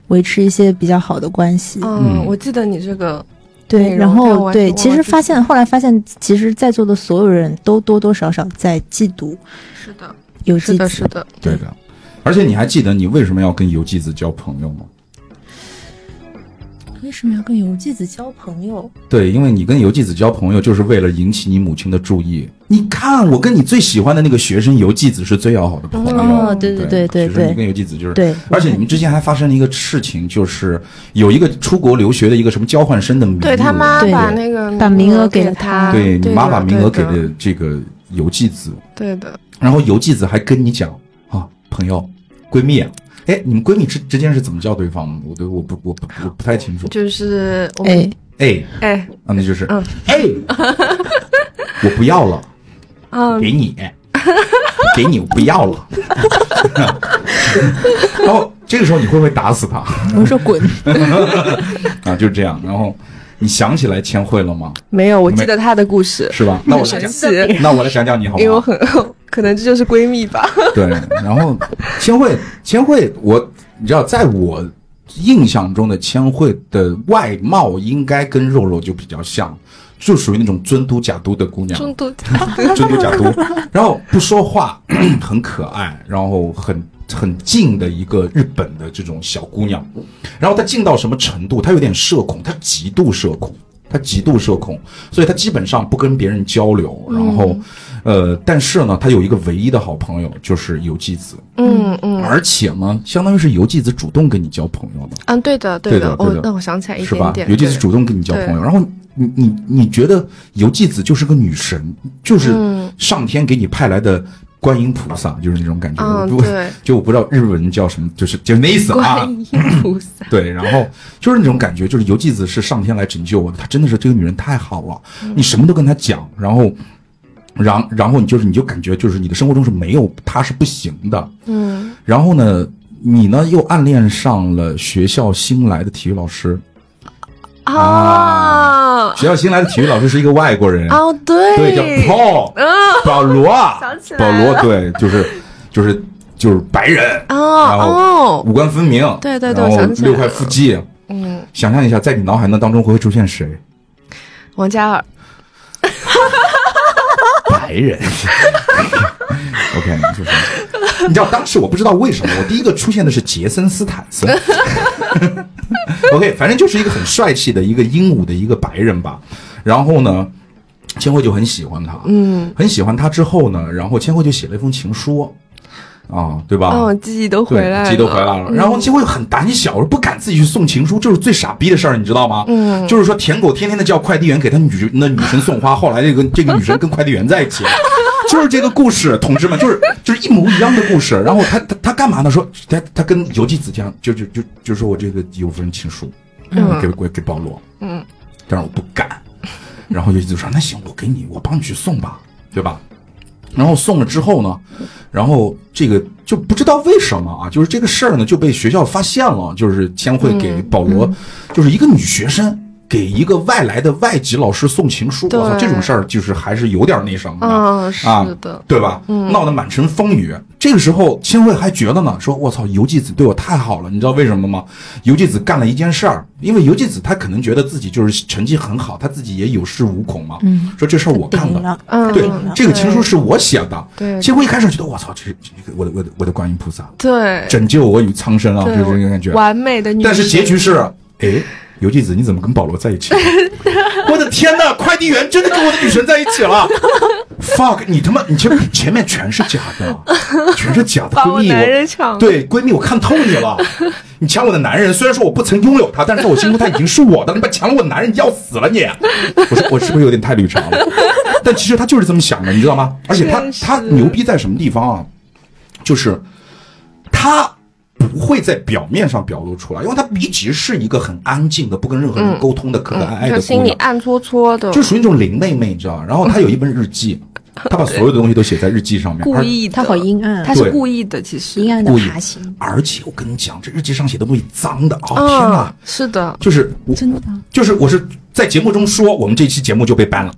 Speaker 3: 维持一些比较好的关系。
Speaker 2: 嗯，我记得你这个内
Speaker 3: 对，
Speaker 2: 容
Speaker 3: 然
Speaker 2: 但我
Speaker 3: 后
Speaker 2: 完
Speaker 3: 对，
Speaker 2: 全
Speaker 3: 其
Speaker 2: 忘
Speaker 3: 实
Speaker 2: 记
Speaker 3: 发现后来发现，其实在座的所有人都多多少少在嫉妒
Speaker 2: 是的，
Speaker 3: 有
Speaker 2: 是
Speaker 3: 嫉
Speaker 2: 的，
Speaker 3: 妒，
Speaker 2: 是的，
Speaker 1: 对的。而且你还记得你为什么要跟游记子交朋友吗？
Speaker 3: 为什么要跟游记子交朋友？
Speaker 1: 对，因为你跟游纪子交朋友，就是为了引起你母亲的注意。你看，我跟你最喜欢的那个学生游纪子是最要好的朋友。
Speaker 3: 哦对对
Speaker 1: 对
Speaker 3: 对对
Speaker 1: 其实你
Speaker 3: 对
Speaker 1: 跟游纪子就是。
Speaker 3: 对，
Speaker 1: 而且你们之间还发生了一个事情，就是有一个出国留学的一个什么交换生的名额，
Speaker 2: 对他妈
Speaker 3: 对
Speaker 2: 把那个
Speaker 3: 把名额
Speaker 2: 给
Speaker 3: 给了
Speaker 2: 他，
Speaker 3: 他
Speaker 1: 对你妈
Speaker 2: 的
Speaker 1: 把名额给
Speaker 2: 对的
Speaker 1: 了这个游纪子，
Speaker 2: 对的，
Speaker 1: 然后游纪子还跟你讲啊，朋友，闺蜜啊，哎，你们闺蜜之之间是怎么叫对方的？我对我不我不我不太清楚。
Speaker 2: 就是我们
Speaker 3: 哎，
Speaker 1: 哎，
Speaker 2: 哎
Speaker 1: 啊，那就是
Speaker 2: 嗯
Speaker 1: 哎，我不要了。
Speaker 2: 嗯，
Speaker 1: 给你，给你，我不要了。然后这个时候你会不会打死他
Speaker 3: 我说滚，
Speaker 1: 啊？就是这样。然后你想起来千惠了吗？
Speaker 2: 没有，我
Speaker 1: 没
Speaker 2: 记得他的故事，
Speaker 1: 是吧？那我来
Speaker 2: 神
Speaker 1: 讲，
Speaker 2: 奇，
Speaker 1: 那我来讲讲你好
Speaker 2: 因为我
Speaker 1: 吗？
Speaker 2: 很 可能这就是闺蜜 吧，
Speaker 1: 对，然后千惠，千惠，我你知道，在我印象中的千惠的外貌应该跟肉肉就比较像，就属于那种尊嘟假嘟的姑娘。
Speaker 2: 中度
Speaker 1: 尊嘟假嘟，然后不说话， 很可爱，然后很很静的一个日本的这种小姑娘，然后她静到什么程度？她有点社恐，她极度社恐，她极度社恐，所以她基本上不跟别人交流，然后，呃，但是呢，她有一个唯一的好朋友就是游纪子，
Speaker 2: 嗯嗯
Speaker 1: 而且呢，相当于是游纪子主动跟你交朋友的。
Speaker 2: 嗯，对的
Speaker 1: 对的
Speaker 2: 的，
Speaker 1: 对
Speaker 2: 哦
Speaker 1: 的，
Speaker 2: 那我想起来一
Speaker 1: 是
Speaker 2: 点
Speaker 1: 吧
Speaker 2: 点，？
Speaker 1: 尤其
Speaker 2: 对
Speaker 1: 是主动跟你交朋友，
Speaker 2: 对
Speaker 1: 然后你你你觉得游纪子就是个女神，就是
Speaker 2: 嗯
Speaker 1: 上天给你派来的观音菩萨，就是那种感觉。
Speaker 2: 嗯
Speaker 1: 我不
Speaker 2: 对，
Speaker 1: 就我不知道日文叫什么，就是就那意思啊
Speaker 2: 观。音菩萨，
Speaker 1: 对，然后就是那种感觉，就是游纪子是上天来拯救我的，她真的是这个女人太好了，
Speaker 2: 嗯
Speaker 1: 你什么都跟她讲，然后。然然后你就是你就感觉就是你的生活中是没有她是不行的，
Speaker 2: 嗯
Speaker 1: 然后呢，你呢又暗恋上了学校新来的体育老师，
Speaker 2: 啊
Speaker 1: 学校新来的体育老师是一个外国人，
Speaker 2: 哦，
Speaker 1: 对，叫 Paul，、保罗，
Speaker 2: 想起来
Speaker 1: 保
Speaker 2: 了
Speaker 1: 罗，对，就是就是就是白人，
Speaker 2: 哦
Speaker 1: 然后
Speaker 2: 哦，
Speaker 1: 五官分明，
Speaker 2: 对对对
Speaker 1: 然后
Speaker 2: 想起来
Speaker 1: 六块腹肌，
Speaker 2: 嗯，
Speaker 1: 想象一下，在你脑海那当中会出现谁？
Speaker 2: 王嘉尔，
Speaker 1: 白人。OK，就是，你知道当时我不知道为什么，我第一个出现的是杰森斯坦森。OK，反正就是一个很帅气的一个英武的一个白人吧。然后呢，千惠就很喜欢他，
Speaker 2: 嗯，
Speaker 1: 很喜欢他之后呢，然后千惠就写了一封情书，啊，对吧？
Speaker 2: 哦，记忆都回
Speaker 1: 对，
Speaker 2: 来了，嗯
Speaker 1: 自己都回来了。然后千惠很胆小，不敢自己去送情书，这是最傻逼的事儿，你知道吗？
Speaker 2: 嗯
Speaker 1: 就是说舔狗天天的叫快递员给他女那女神送花， 后来这个这个女神跟快递员在一起了。就是这个故事，同志们，就是就是一模一样的故事。然后他他他干嘛呢？说他他跟游纪子讲，就就就就说我这个有份情书，
Speaker 2: 嗯
Speaker 1: 给给给保罗，
Speaker 2: 嗯，
Speaker 1: 但是我不敢。 然后游纪子说：“那行，我给你，我帮你去送吧，对吧？”然后送了之后呢，然后这个就不知道为什么啊，就是这个事儿呢就被学校发现了，就是千惠给保罗，
Speaker 2: 嗯
Speaker 1: 就是一个女学生给一个外来的外籍老师送情书，我操，
Speaker 2: 对
Speaker 1: 这种事儿就是还是有点那什么的。
Speaker 2: 嗯，是
Speaker 1: 啊
Speaker 2: 的，
Speaker 1: 对吧？
Speaker 3: 嗯
Speaker 1: 闹得满城风雨。这个时候，千惠还觉得呢，说我操，游纪子对我太好了，你知道为什么吗？游纪子干了一件事儿，因为游纪子她可能觉得自己就是成绩很好，她自己也有恃无恐嘛，
Speaker 3: 嗯，
Speaker 1: 说这事儿我干
Speaker 3: 顶
Speaker 1: 的，
Speaker 3: 了，
Speaker 2: 嗯，
Speaker 1: 对，
Speaker 3: 了
Speaker 1: 这个情书是我写的。
Speaker 2: 对
Speaker 1: 千惠一开始觉得我操，这是这个我的我的我的观音菩萨
Speaker 2: 对
Speaker 1: 拯救我于苍生啊，就
Speaker 2: 对，
Speaker 1: 是这个感觉。
Speaker 2: 完美的女神，
Speaker 1: 但是结局是，哎，游纪子你怎么跟保罗在一 起了？我的天呐，快递员真的跟我的女神在一起了！fuck，你他妈，你前前面全是假的，全是假的
Speaker 2: 把
Speaker 1: 闺
Speaker 2: 我
Speaker 1: 蜜，
Speaker 2: 男
Speaker 1: 我
Speaker 2: 人抢了，
Speaker 1: 对闺蜜我看透你了，你抢我的男人，虽然说我不曾拥有他，但是在我心中他已经是我的，你把抢了我的男人，你要死了你！我说我是不是有点太绿茶了？但其实他就是这么想的，你知道吗？而且他
Speaker 2: 真是
Speaker 1: 他牛逼在什么地方啊？就是他不会在表面上表露出来，因为他一直是一个很安静的、不跟任何人沟通的、可可爱爱的
Speaker 2: 她
Speaker 1: 姑
Speaker 2: 嗯心里
Speaker 1: 娘，
Speaker 2: 暗搓搓的，
Speaker 1: 就属于那种林妹妹，你知道吗？然后她有一本日记，她把所有的东西都写在日记上面，
Speaker 2: 故
Speaker 1: 而
Speaker 2: 意的，
Speaker 3: 他好阴暗，
Speaker 2: 她
Speaker 3: 他
Speaker 2: 是
Speaker 1: 对
Speaker 2: 故意的，其实
Speaker 3: 阴暗的
Speaker 1: 故意
Speaker 3: 爬行，
Speaker 1: 而且我跟你讲，这日记上写的东西脏的，哦天
Speaker 2: 嗯
Speaker 1: 哪！，
Speaker 2: 是的，
Speaker 1: 就是我，
Speaker 3: 真的，
Speaker 1: 就是我是在节目中说，我们这期节目就被 ban 了，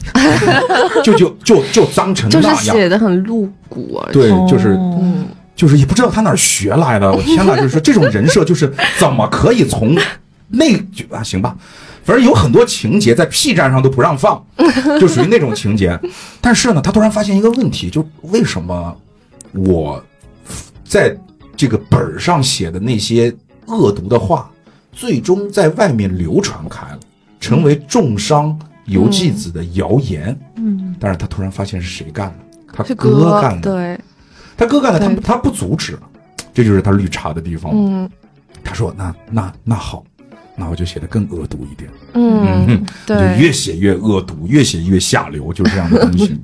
Speaker 1: 就就就就脏成
Speaker 2: 就
Speaker 1: 那
Speaker 2: 是
Speaker 1: 样，
Speaker 2: 写的很露骨，而且啊
Speaker 1: 对，就是
Speaker 3: 哦
Speaker 2: 嗯，
Speaker 1: 就是也不知道他哪儿学来的。我天哪，就是说这种人设，就是怎么可以从那就啊行吧，反正有很多情节在 P 站上都不让放， 就属于那种情节。但是呢，他突然发现一个问题，就为什么我在这个本儿上写的那些恶毒的话，最终在外面流传开了，成为重伤游纪子的谣言。
Speaker 3: 嗯，
Speaker 1: 但是他突然发现是谁干的，他
Speaker 2: 是
Speaker 1: 哥干的，
Speaker 2: 对，
Speaker 1: 他哥干的，他
Speaker 2: 对
Speaker 1: 他不阻止，这就是他绿茶的地方。
Speaker 2: 嗯
Speaker 1: 他说：“那那那好，那我就写的更恶毒一点。”
Speaker 2: 嗯，
Speaker 1: 就
Speaker 2: 对，
Speaker 1: 越写越恶毒，越写越下流，就是这样的东 西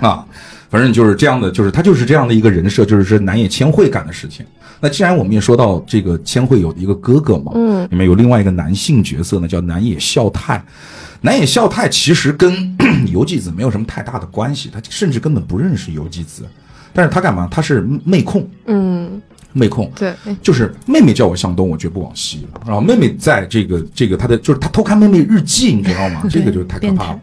Speaker 1: 啊。反正就是这样的，就是他就是这样的一个人设，就是是南野千惠干的事情。那既然我们也说到这个千惠有一个哥哥嘛，
Speaker 2: 嗯，
Speaker 1: 里面有另外一个男性角色呢，叫南野孝太。南野孝太其实跟 游纪子没有什么太大的关系，他甚至根本不认识游纪子，但是他干嘛？他是妹控，
Speaker 2: 嗯，
Speaker 1: 妹控，
Speaker 2: 对，哎
Speaker 1: 就是妹妹叫我向东，我绝不往西了。然后妹妹在这个这个她的就是她偷看妹妹日记，你知道吗？这个就太可怕了，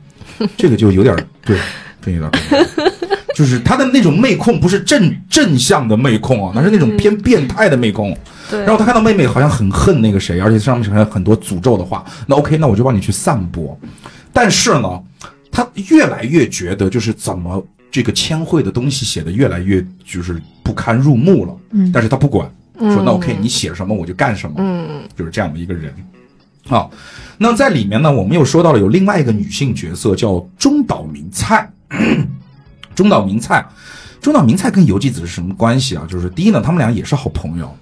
Speaker 1: 这个就有点儿对，真有点儿可怕。就是她的那种妹控，不是正正向的妹控啊，那是那种偏变态的妹控。
Speaker 2: 对
Speaker 1: 然后他看到妹妹好像很恨那个谁，而且上面写了很多诅咒的话。那 OK，那我就帮你去散播。但是呢，他越来越觉得就是怎么这个千惠的东西写的越来越就是不堪入目了。
Speaker 3: 嗯
Speaker 1: 但是他不管，说
Speaker 2: 嗯
Speaker 1: 那 OK，你写什么我就干什么，
Speaker 2: 嗯
Speaker 1: 就是这样的一个人。啊好，那在里面呢，我们又说到了有另外一个女性角色叫中岛明菜， 中岛明菜，中岛明菜跟游纪子是什么关系啊？就是第一呢，他们俩也是好朋友。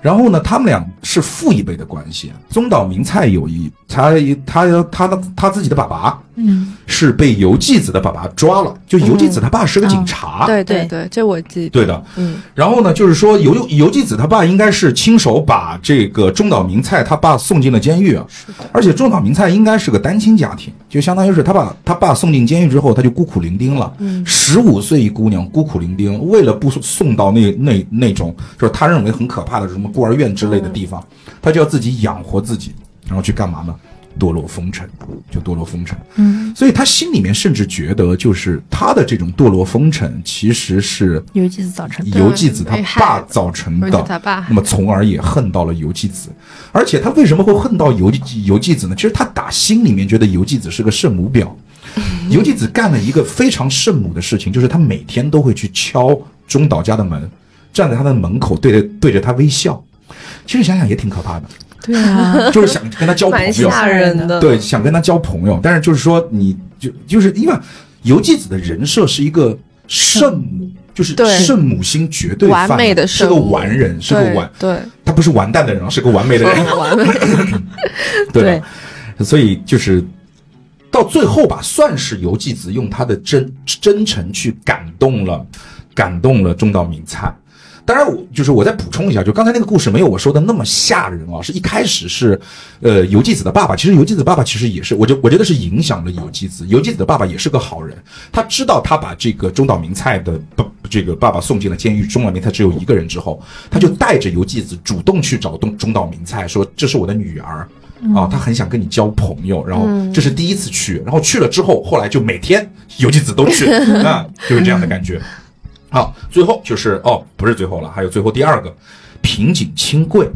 Speaker 1: 然后呢，他们俩是父一辈的关系。啊中岛明菜有一他他他他他自己的爸爸
Speaker 3: 嗯，
Speaker 1: 是被游纪子的爸爸抓了，就游纪子他爸是个警察，
Speaker 2: 对对
Speaker 3: 对
Speaker 2: 对，这我记得。
Speaker 1: 对的，
Speaker 2: 嗯
Speaker 1: 然后呢，就是说游游纪子他爸应该是亲手把这个中岛明菜他爸送进了监狱啊，而且中岛明菜应该是个单亲家庭，就相当于是他把他爸送进监狱之后，他就孤苦伶仃了。十五岁一姑娘孤苦伶仃，为了不送到那那那种就是他认为很可怕的什么孤儿院之类的地方，他就要自己养活自己，然后去干嘛呢？堕落风尘，就堕落风尘。
Speaker 3: 嗯，
Speaker 1: 所以他心里面甚至觉得，就是他的这种堕落风尘，其实是
Speaker 3: 尤其是早晨，
Speaker 1: 游纪子他
Speaker 2: 被害
Speaker 1: 爸
Speaker 2: 的
Speaker 1: 造成
Speaker 2: 而
Speaker 1: 的，
Speaker 2: 且他爸
Speaker 1: 那么从而也恨到了游纪子。而且他为什么会恨到游纪游纪子呢？其实他打心里面觉得游纪子是个圣母 婊。游纪子干了一个非常圣母的事情，就是他每天都会去敲中岛家的门，站在他的门口对着对着他微笑。其实想想也挺可怕 的，
Speaker 3: 对啊，
Speaker 1: 就是想跟他交朋
Speaker 2: 蛮
Speaker 1: 友，
Speaker 2: 吓人的。
Speaker 1: 对，想跟他交朋友，但是就是说你就就是因为游纪子的人设是一个圣母，就是
Speaker 2: 对
Speaker 1: 圣母心绝对
Speaker 2: 完
Speaker 1: 泛
Speaker 2: 美的
Speaker 1: 是个
Speaker 2: 圣母
Speaker 1: 完人，是个
Speaker 2: 对
Speaker 1: 完，
Speaker 2: 对，
Speaker 1: 他不是完蛋的人，是个完美的人，
Speaker 2: 完美。
Speaker 1: 对吧所以就是到最后吧，算是游纪子用他的真真诚去感动了，感动了中岛明菜。当然我，就是我再补充一下，就刚才那个故事没有我说的那么吓人啊，是一开始是，呃，游纪子的爸爸，其实游纪子爸爸其实也是，我就我觉得是影响了游纪子，游纪子的爸爸也是个好人，他知道他把这个中岛明菜的呃不这个爸爸送进了监狱，中岛明菜只有一个人之后，他就带着游纪子主动去找中中岛明菜说这是我的女儿。啊，他很想跟你交朋友，然后这是第一次去，然后去了之后，后来就每天 游纪子都去啊，就是这样的感觉。好，啊最后就是哦，不是最后了，还有最后第二个，平井清贵，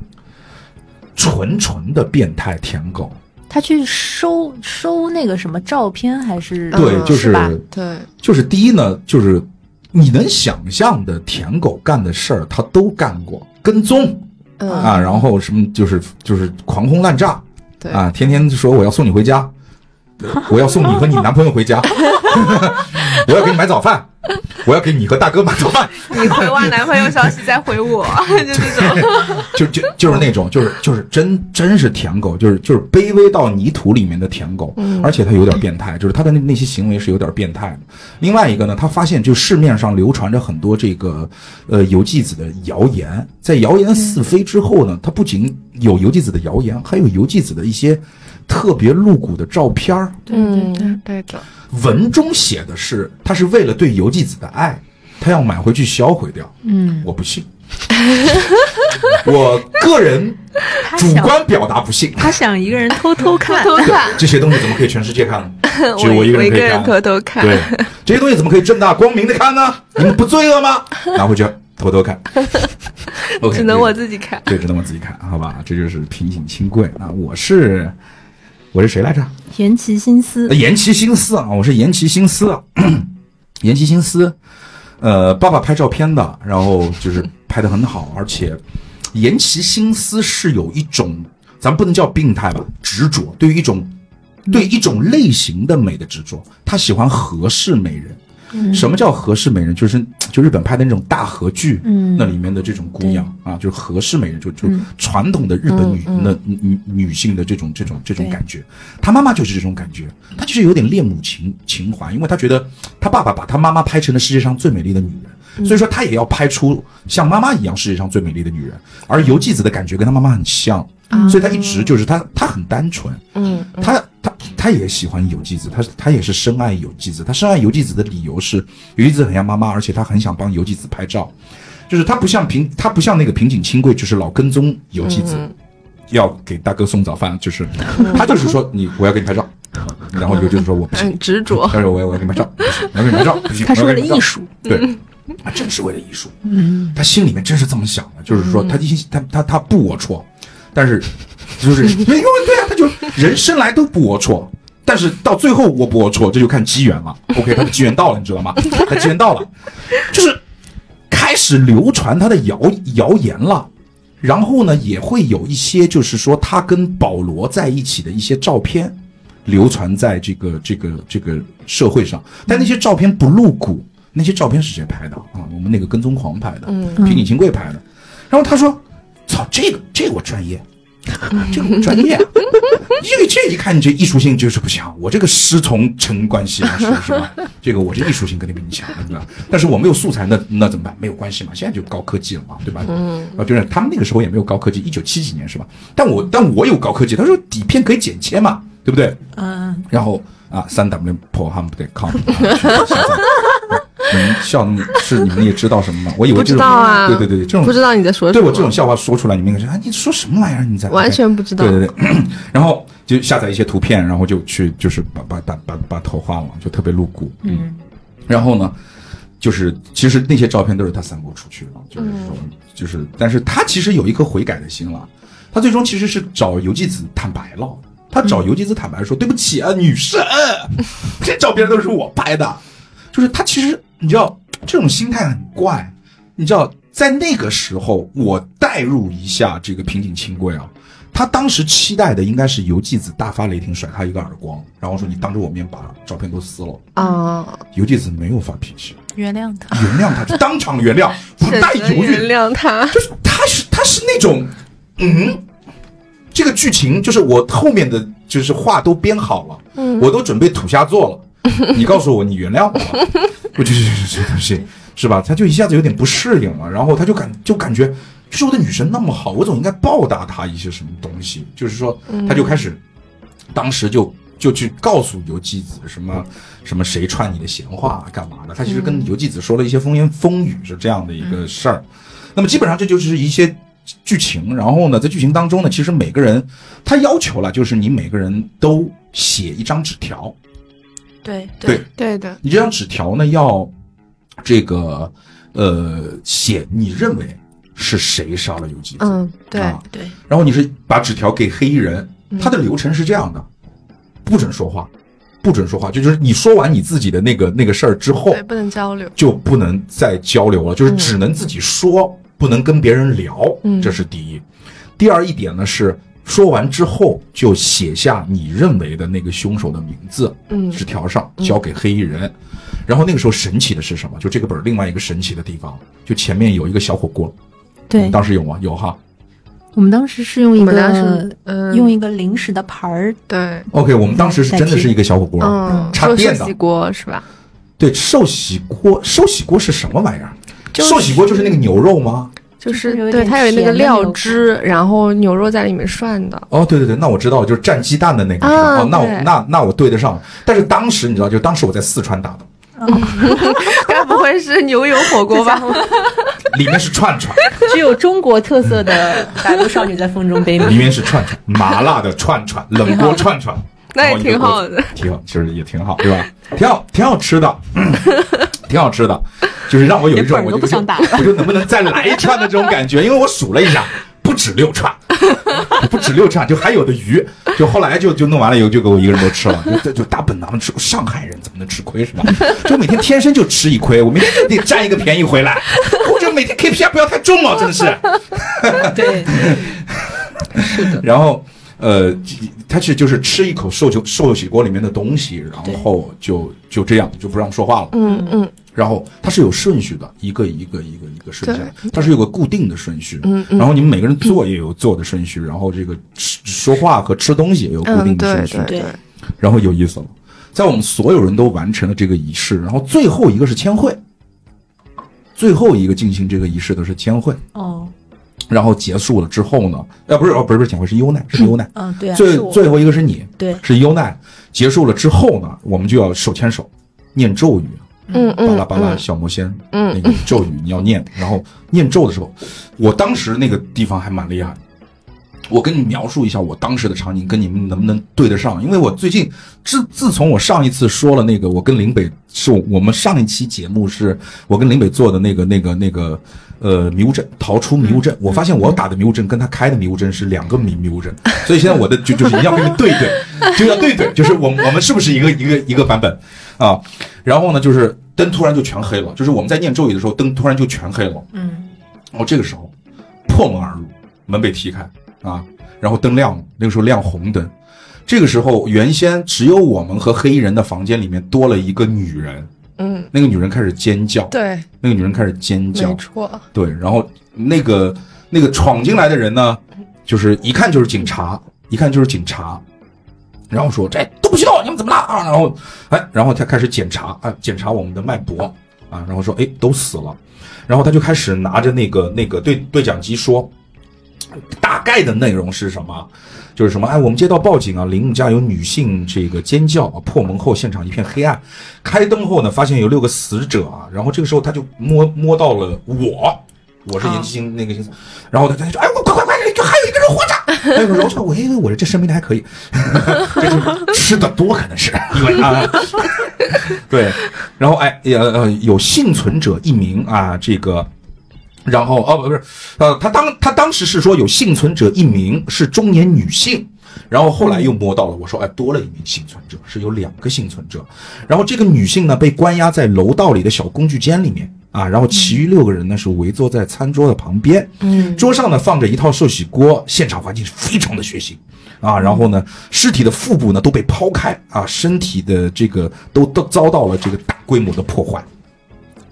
Speaker 1: 纯纯的变态舔狗，
Speaker 3: 他去收收那个什么照片还是
Speaker 1: 对，
Speaker 2: 嗯
Speaker 1: 就是
Speaker 3: 吧
Speaker 2: 对，
Speaker 1: 就是第一呢，就是你能想象的舔狗干的事儿，他都干过，跟踪
Speaker 2: 嗯，
Speaker 1: 啊，然后什么就是就是狂轰滥炸
Speaker 2: 对，
Speaker 1: 啊，天天说我要送你回 家，我要送你和你男朋友回家， 我要给你买早饭，我要给你和大哥买早饭，
Speaker 2: 你回完男朋友消息再回我， 就这种。
Speaker 1: 就就就是那种，就是就是真真是舔狗，就是就是卑微到泥土里面的舔狗，而且他有点变态，就是他的那那些行为是有点变态的。另外一个呢，他发现就市面上流传着很多这个呃游记子的谣言，在谣言四飞之后呢，他不仅有游记子的谣言，还有游记子的一些特别露骨的照片儿，
Speaker 3: 对对对，
Speaker 2: 对的，
Speaker 1: 文中写的是他是为了对游记子的爱，他要买回去销毁掉，
Speaker 3: 嗯，
Speaker 1: 我不信。 我个人
Speaker 3: 他
Speaker 1: 主
Speaker 3: 想
Speaker 1: 观表达不信，
Speaker 3: 他想一个人偷 偷看，
Speaker 2: 偷看，
Speaker 1: 这些东西怎么可以全世界看呢？只有
Speaker 2: 我
Speaker 1: 一个
Speaker 2: 我
Speaker 1: 人
Speaker 2: 一
Speaker 1: 可
Speaker 2: 个
Speaker 1: 以看
Speaker 2: 人。偷偷看。
Speaker 1: 对，这些东西怎么可以正大光明的看呢？你们不罪恶吗？拿回去偷偷看。OK，
Speaker 2: 只能我
Speaker 1: 己
Speaker 2: 自己 看。
Speaker 1: 对，只能我自己看，好吧？这就是平井清贵啊，我是我是谁来着？
Speaker 3: 缘起心思
Speaker 1: 呃，岩崎新司啊，我是岩崎新司啊， 岩崎新司，呃，爸爸拍照片的，然后就是拍的很好，而且岩崎新司是有一种，咱不能叫病态吧，执着，对于一种对一种类型的美的执着，他喜欢和式美人。什么叫和式美人？就是就日本拍的那种大和剧，
Speaker 3: 嗯
Speaker 1: 那里面的这种姑娘啊，就是和式美人，就就传统的日本女、
Speaker 2: 嗯嗯
Speaker 1: 那女女性的这种这种这种
Speaker 3: 对
Speaker 1: 感觉。她妈妈就是这种感觉，她就是有点恋母情情怀，因为她觉得她爸爸把她妈妈拍成了世界上最美丽的女
Speaker 2: 嗯
Speaker 1: 人，所以说她也要拍出像妈妈一样世界上最美丽的女人。而游纪子的感觉跟她妈妈很像，所以她一直就是她她很单纯，
Speaker 2: 啊嗯，
Speaker 1: 他他他也喜欢有纪子，他他也是深爱有纪子。他深爱有纪子的理由是，有纪子很像妈妈，而且他很想帮有纪子拍照，就是他不像平，他不像那个平井清贵，就是老跟踪有纪子，要给大哥送早饭，就是他就是说你我要给你拍照，然后有纪子说我不行，
Speaker 2: 嗯，执着。
Speaker 1: 他说我要我要给你拍照，不行，我要给你拍照，不行，
Speaker 3: 它是
Speaker 1: 我
Speaker 3: 为
Speaker 1: 要
Speaker 3: 了
Speaker 1: 给你拍照
Speaker 3: 艺术，
Speaker 1: 对，他真是为了艺术。嗯，他心里面真是这么想的，就是说他一他他他不龌龊，但是就是因为对啊，他就人生来都不龌龊。但是到最后我不龌龊，这就看机缘了。OK，他的机缘到了，你知道吗？他机缘到了，就是开始流传他的谣谣言了。然后呢，也会有一些就是说他跟保罗在一起的一些照片，流传在这个这个这个社会上。但那些照片不露骨，那些照片是谁拍的啊？我们那个跟踪狂拍的，平井清贵拍的。然后他说：“操，这个这个我专业，这个我专业、啊。” 这个这一看你这艺术性就是不强，我这个师从陈冠希老师 是吧？这个我这艺术性肯定比你强，对吧？但是我没有素材，那那怎么办？没有关系嘛，现在就高科技了嘛，对吧？嗯，啊，就是他们那个时候也没有高科技，一九七几年是吧？但我但我有高科技，他说底片可以剪切嘛，对不对？
Speaker 3: 嗯，
Speaker 1: 然后啊，三 w 破 hum 得啊 com，你们啊笑你是你们也知道什么吗？我以为
Speaker 2: 不
Speaker 1: 这
Speaker 2: 知
Speaker 1: 种
Speaker 2: 道啊，
Speaker 1: 对对对，这种
Speaker 2: 不知道你在说什
Speaker 1: 对
Speaker 2: 么。
Speaker 1: 我这种笑话说出来，你们应该说啊，你说什么玩意儿？你在
Speaker 2: 完全不知道
Speaker 1: 对对对， 然后就下载一些图片，然后就去就是把把把把把头画了，就特别露骨。嗯，然后呢，就是其实那些照片都是他散播出去的，就是
Speaker 2: 嗯
Speaker 1: 说、就是，但是他其实有一颗悔改的心了，他最终其实是找游纪子坦白了。他找
Speaker 2: 嗯
Speaker 1: 游纪子坦白说：“对不起啊，女神， 这照片都是我拍的。”就是他其实你知道这种心态很怪，你知道在那个时候，我代入一下这个平井清贵啊，他当时期待的应该是游纪子大发雷霆甩他一个耳光，然后说你当着我面把照片都撕了。
Speaker 2: 啊，
Speaker 1: 游纪子没有发脾气，
Speaker 3: 原谅他，
Speaker 1: 原谅他，就当场原谅，不
Speaker 2: 选
Speaker 1: 带
Speaker 2: 择
Speaker 1: 犹豫
Speaker 2: 原，谅他。
Speaker 1: 就是他是他是那种，嗯，这个剧情就是我后面的就是话都编好了，我都准备土下座了。你告诉我，你原谅我吧，我就这这东西是吧？他就一下子有点不适应了，然后他就感就感觉，就是我的女神那么好，我总应该报答她一些什么东西。就是说，他就开始，当时就就去告诉游纪子什么什么谁串你的闲话干嘛的。他其实跟游纪子说了一些风言风语是这样的一个事儿。那么基本上这就是一些剧情。然后呢，在剧情当中呢，其实每个人他要求了，就是你每个人都写一张纸条。
Speaker 3: 对
Speaker 1: 对
Speaker 2: 对的，
Speaker 1: 你这张纸条呢，要这个呃写你认为是谁杀了游击子。
Speaker 2: 嗯，对，
Speaker 1: 啊
Speaker 3: 对，
Speaker 1: 然后你是把纸条给黑衣人，
Speaker 2: 嗯
Speaker 1: 他的流程是这样的：不准说话，不准说话，就就是你说完你自己的那个那个事儿之后，
Speaker 2: 对，不能交流。
Speaker 1: 就不能再交流了，就是只能自己说，不能跟别人聊，
Speaker 2: 嗯
Speaker 1: 这是第一。第二一点呢是，说完之后就写下你认为的那个凶手的名字，
Speaker 2: 嗯
Speaker 1: 纸条上交给黑衣人。然后那个时候神奇的是什么？就这个本儿另外一个神奇的地方，就前面有一个小火锅，
Speaker 3: 对，
Speaker 1: 当时有吗？有哈。
Speaker 3: 我们当时是用
Speaker 2: 我
Speaker 3: 一
Speaker 2: 们俩是
Speaker 3: 个
Speaker 2: 嗯，
Speaker 3: 用一个临时的盘儿，
Speaker 2: 对，
Speaker 1: OK，我们当时是真的是一个小火锅，
Speaker 2: 嗯，
Speaker 1: 插
Speaker 2: 说
Speaker 1: 电
Speaker 2: 寿
Speaker 1: 的
Speaker 2: 喜，锅是吧？
Speaker 1: 对，寿喜锅，寿喜锅是什么玩意儿？
Speaker 3: 就是
Speaker 1: 寿喜锅就是那个牛肉吗？
Speaker 2: 就
Speaker 3: 就是
Speaker 2: 是
Speaker 3: 有一
Speaker 2: 对，
Speaker 3: 点
Speaker 2: 它有那
Speaker 3: 甜
Speaker 2: 个
Speaker 3: 的
Speaker 2: 料
Speaker 3: 那种
Speaker 2: 汁，然后牛肉在里面涮 的。
Speaker 1: 哦，对对对，那我知道了，就是蘸鸡蛋的那个，
Speaker 2: 啊
Speaker 1: 是吧哦，那我
Speaker 2: 对
Speaker 1: 那那我对得上。但是当时你知道，就当时我在四川打的，
Speaker 2: 该不会是牛油火锅吧？
Speaker 1: 里面是串串，
Speaker 3: 只有中国特色的百度少女在风中 悲
Speaker 1: 里
Speaker 3: 鸣。
Speaker 1: 面是串串，麻辣的串串，冷锅串串，
Speaker 2: 那也
Speaker 1: 然后一个哦
Speaker 2: 挺好的
Speaker 1: 锅，挺好，其实也挺好，对吧？挺好，挺好吃的。挺好吃的，就是让我有一种
Speaker 4: 连本儿
Speaker 1: 我
Speaker 4: 都
Speaker 1: 就
Speaker 4: 不想打了
Speaker 1: 我就能不能再来一串的这种感觉，因为我数了一下，不止六串，不止六串，就还有的余，就后来就就弄完了以后就给我一个人都吃了，就就就大本囊吃，上海人怎么能吃亏是吧？就每天天生就吃一亏，我每天就得占一个便宜回来，我就每天 KPI 不要太重啊了，真的是。
Speaker 4: 对，
Speaker 1: 然后呃，他是就是吃一口寿酒寿喜锅里面的东西，然后就就这样就不让说话了。
Speaker 2: 嗯嗯
Speaker 1: 然后它是有顺序的，一个一个一个一个顺下来，它是有个固定的顺序。
Speaker 2: 嗯嗯
Speaker 1: 然后你们每个人做也有做的顺序，然后这个吃说话和吃东西也有固定
Speaker 2: 嗯，
Speaker 1: 的顺
Speaker 2: 对
Speaker 1: 序。
Speaker 4: 对
Speaker 2: 对对，
Speaker 1: 然后有意思了，在我们所有人都完成了这个仪式，然后最后一个是签会，最后一个进行这个仪式的是签会。
Speaker 4: 哦，
Speaker 1: 然后结束了之后呢，呃，不是哦，不是不是签会，是优奈，是优奈。
Speaker 4: 嗯，对啊，
Speaker 1: 最
Speaker 4: 是我
Speaker 1: 最后一个是你，
Speaker 4: 对
Speaker 1: 是优奈。结束了之后呢，我们就要手牵手念咒语，
Speaker 2: 嗯
Speaker 1: 巴
Speaker 2: 嗯
Speaker 1: 拉巴拉小魔仙，
Speaker 2: 嗯
Speaker 1: 那个咒语你要念， 然后念咒的时候，我当时那个地方还蛮厉害。我跟你描述一下我当时的场景，跟你们能不能对得上？因为我最近自自从我上一次说了那个，我跟林北是我我们上一期节目是我跟林北做的那个那个那个呃迷雾阵，逃出迷雾
Speaker 2: 嗯
Speaker 1: 阵。我发现我打的迷雾阵跟他开的迷雾阵是两个迷迷雾阵，所以现在我的就就是一定要跟你对一对，就要对一对，就是我们我们是不是一个一个一个版本啊？然后呢，就是灯突然就全黑了，就是我们在念咒语的时候，灯突然就全黑了。
Speaker 4: 嗯，
Speaker 1: 然后这个时候破门而入，门被踢开啊，然后灯亮了，那个时候亮红灯。这个时候，原先只有我们和黑衣人的房间里面多了一个女人，
Speaker 2: 嗯，
Speaker 1: 那个女人开始尖叫，
Speaker 2: 对，
Speaker 1: 那个女人开始尖叫
Speaker 2: 没，错，
Speaker 1: 对，然后那个那个闯进来的人呢，就是一看就是警察，一看就是警察，然后说这都不许动，你们怎么了啊？然后哎，然后他开始检查啊，检查我们的脉搏啊，然后说哎都死了，然后他就开始拿着那个那个对对讲机说，大概的内容是什么？就是什么？哎，我们接到报警啊，林木家有女性这个尖叫啊，破门后现场一片黑暗，开灯后呢，发现有六个死者啊，然后这个时候他就摸摸到了我，我是
Speaker 4: 啊
Speaker 1: 严继兴那个，然后他他就说，哎，我快快快，就还有一个人活着。还有个人说，我哎，我这声明的还可以， 这就是吃的多可能 是因为啊，对，然后哎呃呃有幸存者一名啊，这个。然后哦不不是，呃，他当他当时是说有幸存者一名是中年女性，然后后来又摸到了，我说哎多了一名幸存者，是有两个幸存者，然后这个女性呢被关押在楼道里的小工具间里面啊，然后其余六个人呢是围坐在餐桌的旁边，嗯，桌上呢放着一套寿喜锅，现场环境是非常的血腥。啊，然后呢，尸体的腹部呢都被抛开啊，身体的这个都都遭到了这个大规模的破坏。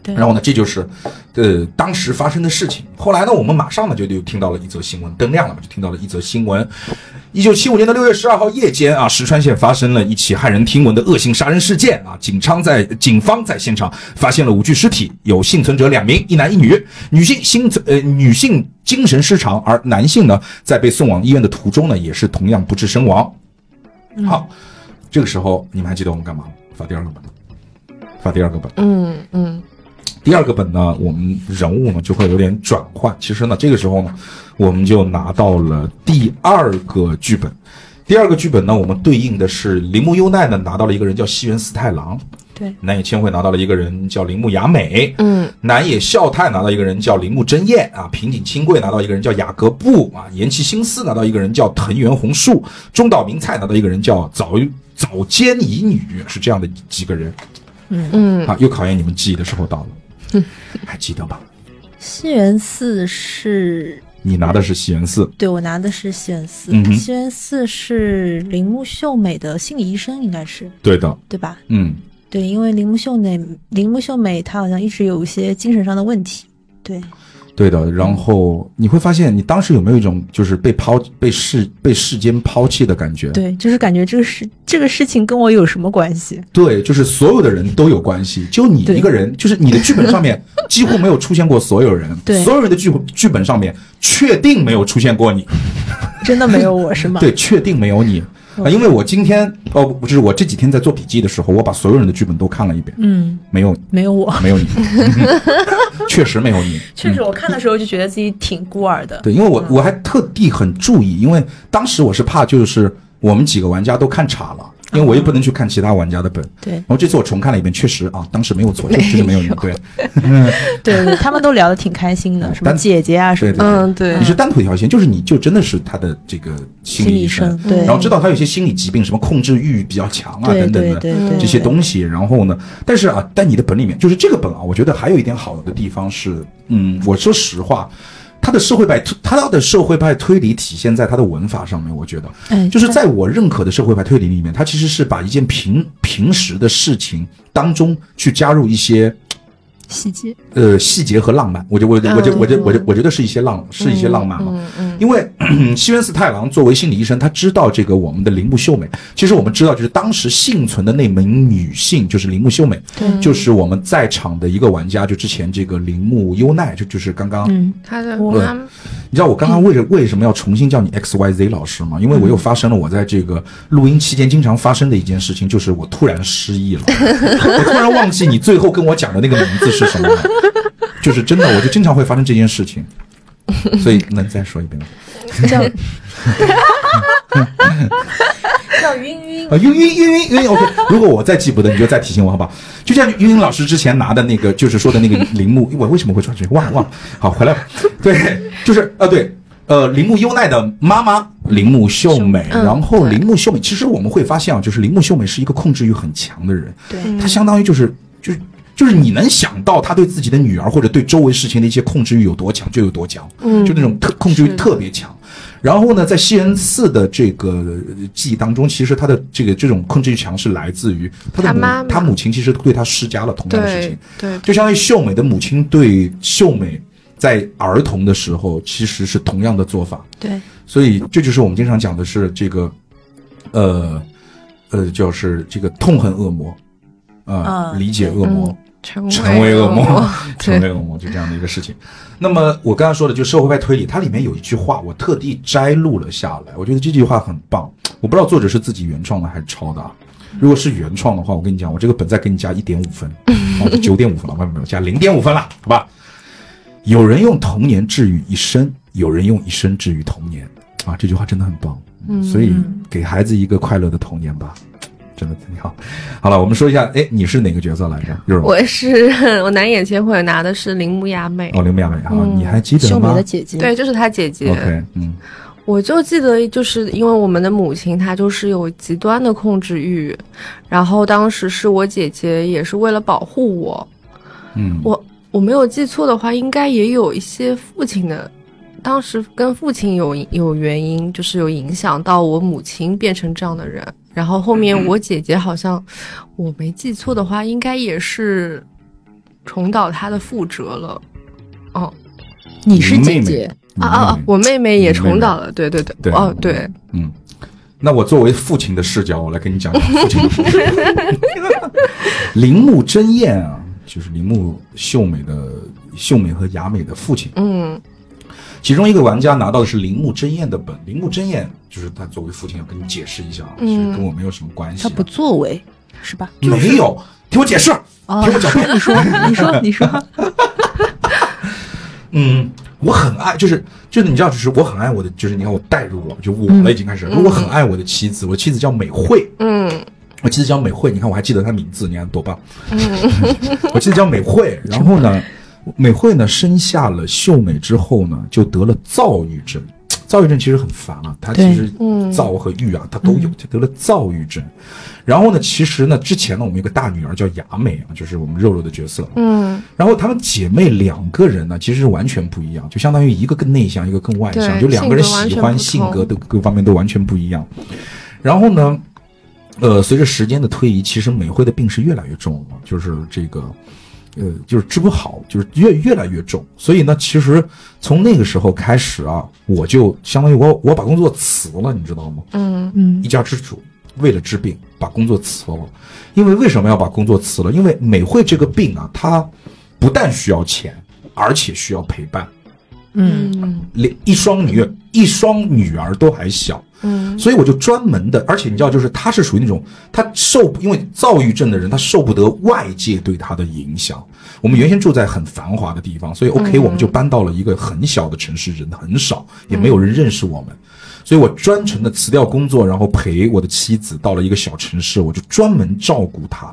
Speaker 4: 对
Speaker 1: 然后呢，这就是，呃，当时发生的事情。后来呢，我们马上呢就就听到了一则新闻，灯亮了嘛，就听到了一则新闻。一九七五年的六月十二号夜间啊，石川县发生了一起骇人听闻的恶性杀人事件啊，警昌在警方在现场发现了五具尸体，有幸存者两名，一男一女，女性幸存呃女性精神失常，而男性呢在被送往医院的途中呢也是同样不治身亡。好，这个时候你们还记得我们干嘛吗？发第二个本，发第二个本。
Speaker 2: 嗯嗯
Speaker 1: 第二个本呢，我们人物呢就会有点转换。其实呢，这个时候呢，我们就拿到了第二个剧本。第二个剧本呢，我们对应的是铃木优奈呢拿到了一个人叫西原四太郎，
Speaker 4: 对，
Speaker 1: 南野千惠拿到了一个人叫铃木雅美，
Speaker 2: 嗯，
Speaker 1: 南野孝太拿到一个人叫铃木真彦啊，平井清贵拿到一个人叫雅各布啊，岩崎新司拿到一个人叫藤原红树，中岛明菜拿到一个人叫早早间乙女，是这样的几个人。
Speaker 2: 嗯，
Speaker 1: 啊，又考验你们记忆的时候到了， 还记得吧？
Speaker 3: 西园寺是
Speaker 1: 你拿的是西园寺，
Speaker 3: 对我拿的是西园寺，
Speaker 1: 嗯哼
Speaker 3: 西园寺是铃木秀美的心理医生，应该是
Speaker 1: 对的，
Speaker 3: 对吧？
Speaker 1: 嗯，
Speaker 3: 对，因为铃木秀美，铃木秀美她好像一直有一些精神上的问题。对，
Speaker 1: 对的。然后你会发现，你当时有没有一种就是被抛、被世、被世间抛弃的感觉？
Speaker 3: 对，就是感觉这个事这个事情跟我有什么关系？
Speaker 1: 对，就是所有的人都有关系，就你
Speaker 3: 对
Speaker 1: 一个人，就是你的剧本上 面几乎没有出现过所有人，
Speaker 3: 对
Speaker 1: 所有人的剧剧本上面确定没有出现过你，
Speaker 3: 嗯真的没有我是吗？
Speaker 1: 对，确定没有你。
Speaker 3: 嗯
Speaker 1: 啊，因为我今天哦，不就是我这几天在做笔记的时候，我把所有人的剧本都看了一遍，
Speaker 4: 嗯，
Speaker 1: 没有，
Speaker 3: 没有我。
Speaker 1: 没有你， 确实没有你，
Speaker 4: 确实，我看的时候就觉得自己挺孤儿的。
Speaker 1: 对，因为我我还特地很注意，因为当时我是怕就是我们几个玩家都看岔了，因为我也不能去看其他玩家的本。
Speaker 3: 对
Speaker 1: 然后这次我重看了一遍，确实啊，当时没有错，就就是没有你对。
Speaker 4: 对对，他们都聊得挺开心的，什么
Speaker 1: 单
Speaker 4: 姐姐啊什么
Speaker 1: 对
Speaker 4: 的，
Speaker 2: 嗯，对
Speaker 1: 你，是单腿一条线，就是你就真的是他的这个心理医生，
Speaker 3: 对，
Speaker 1: 然后知道他有些心理疾病，什么控制欲比较强啊
Speaker 3: 对
Speaker 1: 等等
Speaker 3: 对
Speaker 1: 的
Speaker 3: 对
Speaker 2: 嗯
Speaker 3: 对
Speaker 1: 这些东西。然后呢，但是啊，在你的本里面，就是这个本啊，我觉得还有一点好的地方是，嗯，我说实话。他的社会派，他的社会派推理体现在他的文法上面，我觉得，
Speaker 3: 哎
Speaker 1: 就是在我认可的社会派推理里面，它其实是把一件平平时的事情当中去加入一些
Speaker 3: 细节，
Speaker 1: 呃细节和浪漫。我就我就我就我就我就我觉得是一些浪是一些浪漫嘛。
Speaker 2: 嗯嗯，
Speaker 1: 因为 西园四太郎作为心理医生，他知道这个我们的铃木秀美。其实我们知道，就是当时幸存的那名女性，就是铃木秀美，
Speaker 3: 对
Speaker 1: 就是我们在场的一个玩家，就之前这个铃木优奈，就就是刚刚，
Speaker 3: 嗯，
Speaker 2: 他的
Speaker 1: 我
Speaker 2: 妈妈
Speaker 1: 你知道我刚刚为了为什么要重新叫你 X Y Z 老师吗？因为我又发生了我在这个录音期间经常发生的一件事情，就是我突然失忆了， 我突然忘记你最后跟我讲的那个名字是什么了，就是真的，我就经常会发生这件事情。所以能再说一遍吗？
Speaker 3: 叫
Speaker 4: 叫晕晕，
Speaker 2: 呃
Speaker 1: 啊，晕晕晕晕晕，OK。如 果我再记不得，你就再提醒我好不好？就像晕晕老师之前拿的那个，就是说的那个铃木，我为什么会转这个？忘了忘了。好，回来吧。对，就是呃，对，呃，铃木优奈的妈妈铃木秀美，
Speaker 2: 嗯
Speaker 1: 然后
Speaker 2: 对
Speaker 1: 铃木秀美，其实我们会发现啊，就是铃木秀美是一个控制欲很强的人，
Speaker 3: 对
Speaker 1: 她相当于就是就是。就是你能想到她对自己的女儿或者对周围事情的一些控制欲有多强，就有多强，
Speaker 2: 嗯
Speaker 1: 就那种特控制欲特别强。然后呢，在西人四的这个呃记忆当中，其实他的这个这种控制欲强是来自于他的
Speaker 2: 他
Speaker 1: 母，
Speaker 2: 妈妈
Speaker 1: 他母亲其实对他施加了同样的事
Speaker 2: 对
Speaker 1: 情，
Speaker 2: 对
Speaker 1: 就相当于秀美的母亲对秀美在儿童的时候其实是同样的做法，
Speaker 3: 对，
Speaker 1: 所以这就是我们经常讲的是这个，呃，呃，就是这个痛恨恶魔，啊、
Speaker 4: 嗯
Speaker 1: 理解恶魔。
Speaker 2: 嗯成
Speaker 1: 成为恶魔， 成
Speaker 2: 对，
Speaker 1: 为恶魔，就这样的一个事情。那么我刚刚说的，就社会派推理，它里面有一句话，我特地摘录了下来，我觉得这句话很棒。我不知道作者是自己原创的还是抄的啊。如果是原创的话，我跟你讲，我这个本再给你加一点五 分，哦，就九点五分了，没有没有，加零点五分了，好吧？有人用童年治愈一生，有人用一生治愈童年，啊，这句话真的很棒。
Speaker 2: 嗯
Speaker 1: 所以给孩子一个快乐的童年吧，真的挺好。好了，我们说一下，哎，你是哪个角色来着？就是
Speaker 2: 我是我难眼前会拿的是铃木亚美，
Speaker 1: 哦，林美雅美啊，
Speaker 2: 嗯
Speaker 1: 你还记得
Speaker 3: 秀美
Speaker 1: 吗
Speaker 3: 的姐姐，
Speaker 2: 对，就是她姐姐。
Speaker 1: ？OK，嗯，
Speaker 2: 我就记得，就是因为我们的母亲她就是有极端的控制欲，然后当时是我姐姐也是为了保护我，
Speaker 1: 嗯，
Speaker 2: 我我没有记错的话，应该也有一些父亲的，当时跟父亲有有原因，就是有影响到我母亲变成这样的人。然后后面我姐姐好像，我没记错的话，应该也是重蹈她的覆辙了。哦
Speaker 3: 你是
Speaker 1: 你妹
Speaker 3: 姐
Speaker 1: 妹
Speaker 3: 姐，
Speaker 2: 啊啊！啊
Speaker 1: 嗯！
Speaker 2: 我妹妹也
Speaker 1: 你妹妹
Speaker 2: 重蹈了，对对对，
Speaker 1: 对
Speaker 2: 哦对，
Speaker 1: 嗯，那我作为父亲的视角，我来跟你讲讲父亲的故事。 铃木真彦啊，就是铃木秀美的秀美和雅美的父亲。
Speaker 2: 嗯
Speaker 1: 其中一个玩家拿到的是铃木真彦的本，铃木真彦就是他作为父亲要跟你解释一下啊，
Speaker 2: 嗯
Speaker 1: 其实跟我没有什么关系
Speaker 3: 她
Speaker 1: 啊。
Speaker 3: 不作为是吧？
Speaker 1: 没有，听我解释。
Speaker 3: 哦，
Speaker 1: 听
Speaker 3: 你
Speaker 1: 我讲
Speaker 3: 说，你 说，你说，你说，
Speaker 1: 嗯，我很爱，就是就是你知道，就是我很爱我的，就是你看我代入了，就我了已经开始，我很爱我的妻子，我妻子叫美惠，
Speaker 2: 嗯
Speaker 1: 我妻子叫美惠，你看我还记得她名字，你看多棒。 我妻子叫美惠，然后呢，美惠呢生下了秀美之后呢，就得了躁郁症。躁郁症其实很烦啊，她其实
Speaker 2: 嗯
Speaker 1: 躁和郁啊，她都有，她得了躁郁症。然后呢，其实呢，之前呢，我们有个大女儿叫雅美啊，就是我们肉肉的角色啊，
Speaker 2: 嗯，
Speaker 1: 然后她们姐妹两个人呢，其实是完全不一样，就相当于一个更内向，一个更外向，
Speaker 2: 对
Speaker 1: 就两个人
Speaker 2: 性格完
Speaker 1: 喜
Speaker 2: 全
Speaker 1: 欢
Speaker 2: 不
Speaker 1: 性
Speaker 2: 同
Speaker 1: 格都各方面都完全不一样。然后呢，呃，随着时间的推移，其实美惠的病是越来越重了，就是这个，呃，就是治不好，就是越越来越重。所以呢，其实从那个时候开始啊，我就相当于我我把工作辞了，你知道吗？
Speaker 3: 嗯
Speaker 1: 一家之主为了治病把工作辞了，因为为什么要把工作辞了？因为美惠这个病啊，它不但需要钱，而且需要陪伴，
Speaker 3: 嗯，
Speaker 1: 连一双女一双女儿都还小，
Speaker 2: 嗯
Speaker 1: 所以我就专门的，而且你知道，就是他是属于那种他受不，因为躁郁症的人，他受不得外界对他的影响。我们原先住在很繁华的地方，所以 OK，、我们就搬到了一个很小的城市，人很少，也没有人认识我们。所以我专程的辞掉工作，然后陪我的妻子到了一个小城市，我就专门照顾她，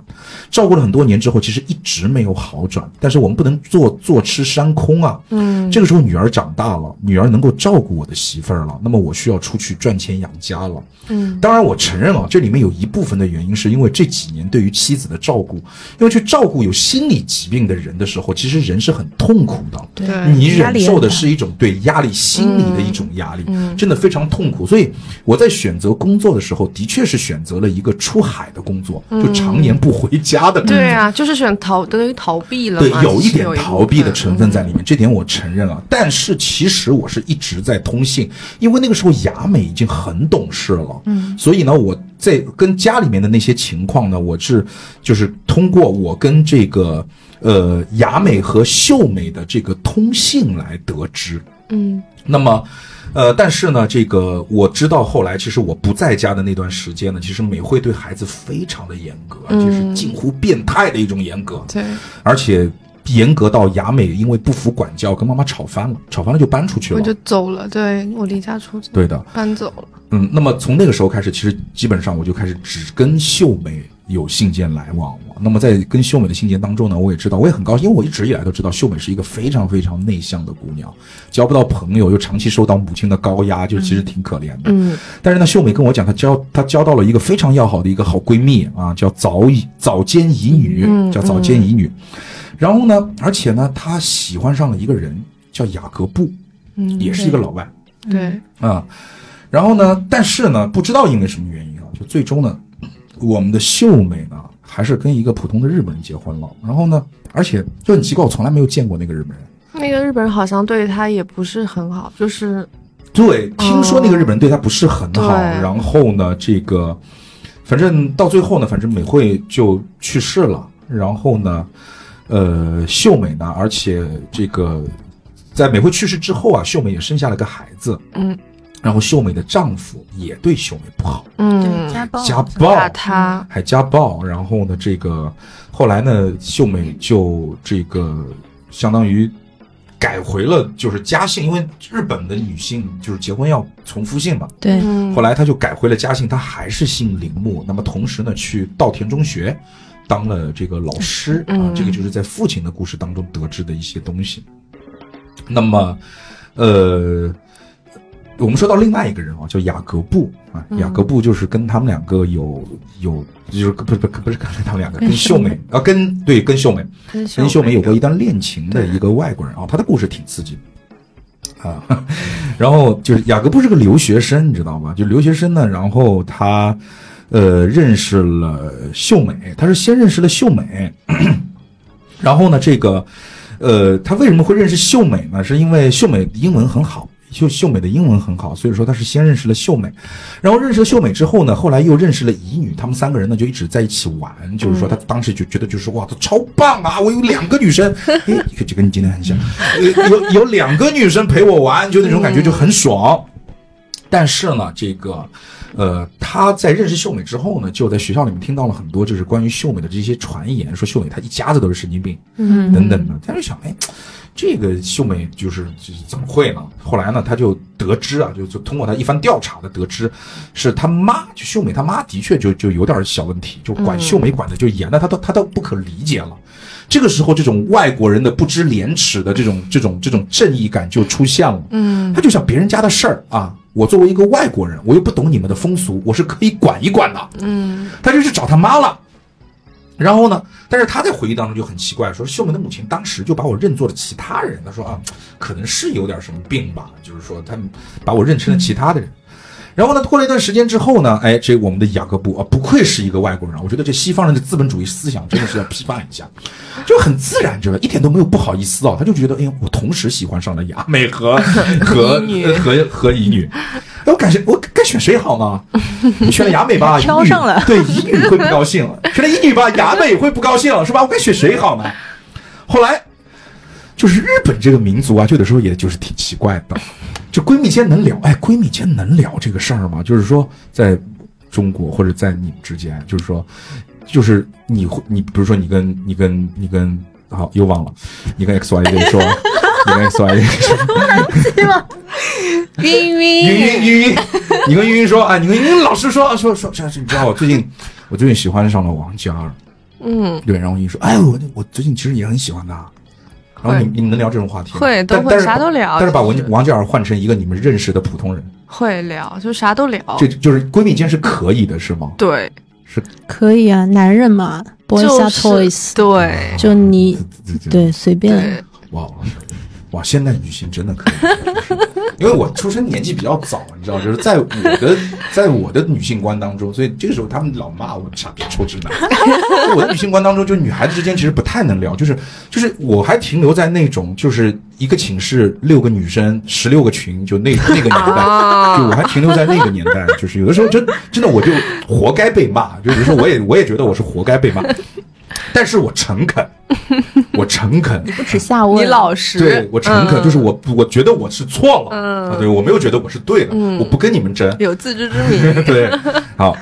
Speaker 1: 照顾了很多年之后，其实一直没有好转。但是我们不能坐坐吃山空啊，嗯，这个时候女儿长大了，女儿能够照顾我的媳妇儿了，那么我需要出去赚钱养家了，嗯，当然我承认啊，这里面有一部分的原因是因为这几年对于妻子的照顾，因为去照顾有心理疾病的人的时候，其实人是很痛苦的，
Speaker 2: 对
Speaker 1: 你
Speaker 3: 压
Speaker 1: 忍
Speaker 3: 力
Speaker 1: 受
Speaker 3: 很
Speaker 1: 的
Speaker 3: 大
Speaker 1: 是一种对压力、心理的一种压力，真的非常痛苦。所以我在选择工作的时候，的确是选择了一个出海的工作，就常年不回家的。
Speaker 2: 对啊，就是选逃，等于逃避了
Speaker 1: 对
Speaker 2: 嘛，，
Speaker 1: 有
Speaker 2: 其
Speaker 1: 一
Speaker 2: 实
Speaker 1: 点
Speaker 2: 有
Speaker 1: 逃避的成
Speaker 2: 部分。
Speaker 1: 分在里面，这点我承认了。但是其实我是一直在通信，因为那个时候雅美已经很懂事了，嗯，所以呢，我在跟家里面的那些情况呢，我是就是通过我跟这个呃雅美和秀美的这个通信来得知，
Speaker 2: 嗯
Speaker 1: 那么，呃，但是呢，这个我知道后来，其实我不在家的那段时间呢，其实美惠对孩子非常的严格，
Speaker 2: 嗯
Speaker 1: 而且是近乎变态的一种严格，
Speaker 2: 对，
Speaker 1: 而且严格到雅美因为不服管教跟妈妈吵翻了，吵翻了就搬出去
Speaker 2: 我
Speaker 1: 了。
Speaker 2: 就走了，对我离家出走，
Speaker 1: 对的，
Speaker 2: 搬走了。
Speaker 1: 嗯，那么从那个时候开始，其实基本上我就开始只跟秀美有信件来往了。那么在跟秀美的信件当中呢，我也知道，我也很高兴，因为我一直以来都知道秀美是一个非常非常内向的姑娘，交不到朋友，又长期受到母亲的高压，就其实挺可怜的。
Speaker 2: 嗯，
Speaker 1: 但是呢，秀美跟我讲，她交她交到了一个非常要好的一个好闺蜜啊，叫早乙早间乙女，
Speaker 2: 嗯
Speaker 1: 叫早间乙女。然后呢，而且呢，她喜欢上了一个人，叫雅各布，
Speaker 2: 嗯
Speaker 1: 也是一个老外。
Speaker 2: 对，
Speaker 1: 啊、然后呢，但是呢，不知道因为什么原因啊，就最终呢，我们的秀美呢，还是跟一个普通的日本人结婚了。然后呢，而且就很奇怪，我从来没有见过那个日本人。
Speaker 2: 那个日本人好像对他也不是很好，就是
Speaker 1: 对，听说那个日本人对他不是很好，
Speaker 2: 对
Speaker 1: 然后呢，这个反正到最后呢，反正美惠就去世了，然后呢，呃，秀美呢，而且这个在美惠去世之后啊，秀美也生下了个孩子，
Speaker 2: 嗯，
Speaker 1: 然后秀美的丈夫也对秀美不好，
Speaker 2: 嗯，
Speaker 3: 家暴
Speaker 1: 家暴，
Speaker 2: 打他，
Speaker 1: 还家暴，然后呢，这个后来呢，秀美就这个相当于改回了就是家姓，因为日本的女性就是结婚要从夫姓嘛。
Speaker 5: 对，
Speaker 2: 嗯，
Speaker 1: 后来她就改回了家姓，她还是姓铃木。那么同时呢，去稻田中学当了这个老师、啊
Speaker 2: 嗯，
Speaker 1: 这个就是在父亲的故事当中得知的一些东西。那么，呃，我们说到另外一个人啊，叫雅各布啊，
Speaker 2: 嗯
Speaker 1: 雅各布就是跟他们两个有有就是不是不是不是跟他们两个，跟秀美啊，跟对跟秀美，
Speaker 2: 跟
Speaker 1: 跟秀美有过
Speaker 2: 关
Speaker 1: 一段恋情的一个外国人啊，他的故事挺刺激的啊。 然后就是雅各布是个留学生，你知道吗？就留学生呢，然后他呃认识了秀美，他是先认识了秀美， 然后呢，这个呃，他为什么会认识秀美呢？是因为秀美英文很好。秀秀美的英文很好，所以说他是先认识了秀美，然后认识了秀美之后呢，后来又认识了乙女，他们三个人呢就一直在一起玩。就是说，他当时就觉得就是哇，他超棒啊！我有两个女生，哎，就跟你今天很像，呃有有两个女生陪我玩，就那种感觉就很爽。但是呢，这个，呃，他在认识秀美之后呢，就在学校里面听到了很多就是关于秀美的这些传言，说秀美她一家子都是神经病，嗯，等等的。他就想，哎，这个秀美就是就是怎么会呢？后来呢，他就得知啊，就就通过他一番调查的得知，是他妈就秀美他妈的确就就有点小问题，就管秀美管的就严的，他都他都不可理解了。这个时候，这种外国人的不知廉耻的这种这种这种正义感就出现了。嗯，他就想别人家的事儿啊，我作为一个外国人，我又不懂你们的风俗，我是可以管一管的。嗯，他就去找他妈了。然后呢？但是他在回忆当中就很奇怪，说秀美的母亲当时就把我认作了其他人。他说啊，可能是有点什么病吧，就是说他们把我认成了其他的人。然后呢，过了一段时间之后呢，哎，这我们的雅各布啊，不愧是一个外国人啊！我觉得这西方人的资本主义思想真的是要批判一下，就很自然，知道吧一点都没有不好意思哦。他就觉得，哎呀，我同时喜欢上了雅美 和和和和乙女，哎，我感觉我该选谁好呢？你选了雅美吧，乙女
Speaker 5: 挑上了
Speaker 1: 对乙女会不高兴；选了乙女吧，雅美会不高兴，是吧？我该选谁好呢？后来就是日本这个民族啊，就有的时候也就是挺奇怪的，就闺蜜间能聊，哎，闺蜜间能聊这个事儿吗？就是说，在中国或者在你们之间，就是说，就是你会你比如说你跟你跟你跟好又忘了，你跟 X Y 跟说，你跟 X Y 说，
Speaker 2: 晕
Speaker 1: 云
Speaker 2: 晕，
Speaker 1: 云云云，你跟云云说啊，你跟云云老师说说说，这你知道我最近我最近喜欢上了王嘉尔，
Speaker 2: 嗯，
Speaker 1: 对，然后云云说，哎我我最近其实也很喜欢他，然后你
Speaker 2: 会
Speaker 1: 你们能聊这种话题吗？
Speaker 2: 会都
Speaker 1: 但
Speaker 2: 会
Speaker 1: 但是
Speaker 2: 啥
Speaker 1: 把
Speaker 2: 都聊
Speaker 1: 但是把
Speaker 2: 就
Speaker 1: 王
Speaker 2: 是
Speaker 1: 王嘉尔换成一个你们认识的普通人，
Speaker 2: 会聊，就啥都聊。
Speaker 1: 这就是闺蜜间是可以的，是吗？
Speaker 2: 对，
Speaker 3: 可以啊，男人嘛，boys
Speaker 2: 就
Speaker 3: are
Speaker 2: 是
Speaker 3: toys，
Speaker 2: 对
Speaker 3: 就你
Speaker 1: 这这
Speaker 3: 对随便。
Speaker 2: 嗯对，
Speaker 1: 哇哇，现代女性真的可以， 因为我出生年纪比较早，你知道，就是在我的在我的女性观当中，所以这个时候他们老骂我傻逼臭直男。 在我的女性观当中，就是女孩子之间其实不太能聊，就是就是我还停留在那种就是一个寝室六个女生十六个群，就那那个年代，
Speaker 2: 啊
Speaker 1: 就我还停留在那个年代，就是有的时候真真的我就活该被骂，就有的时候我也我也觉得我是活该被骂，但是我诚恳，我诚恳，
Speaker 3: 不耻下
Speaker 2: 你
Speaker 3: 问，
Speaker 2: 老实，
Speaker 1: 对我诚恳，
Speaker 2: 嗯
Speaker 1: 就是我我觉得我是错了，
Speaker 2: 嗯，
Speaker 1: 啊，对我没有觉得我是对的，我不跟你们争
Speaker 2: 嗯 有自知之明。
Speaker 1: 对，好，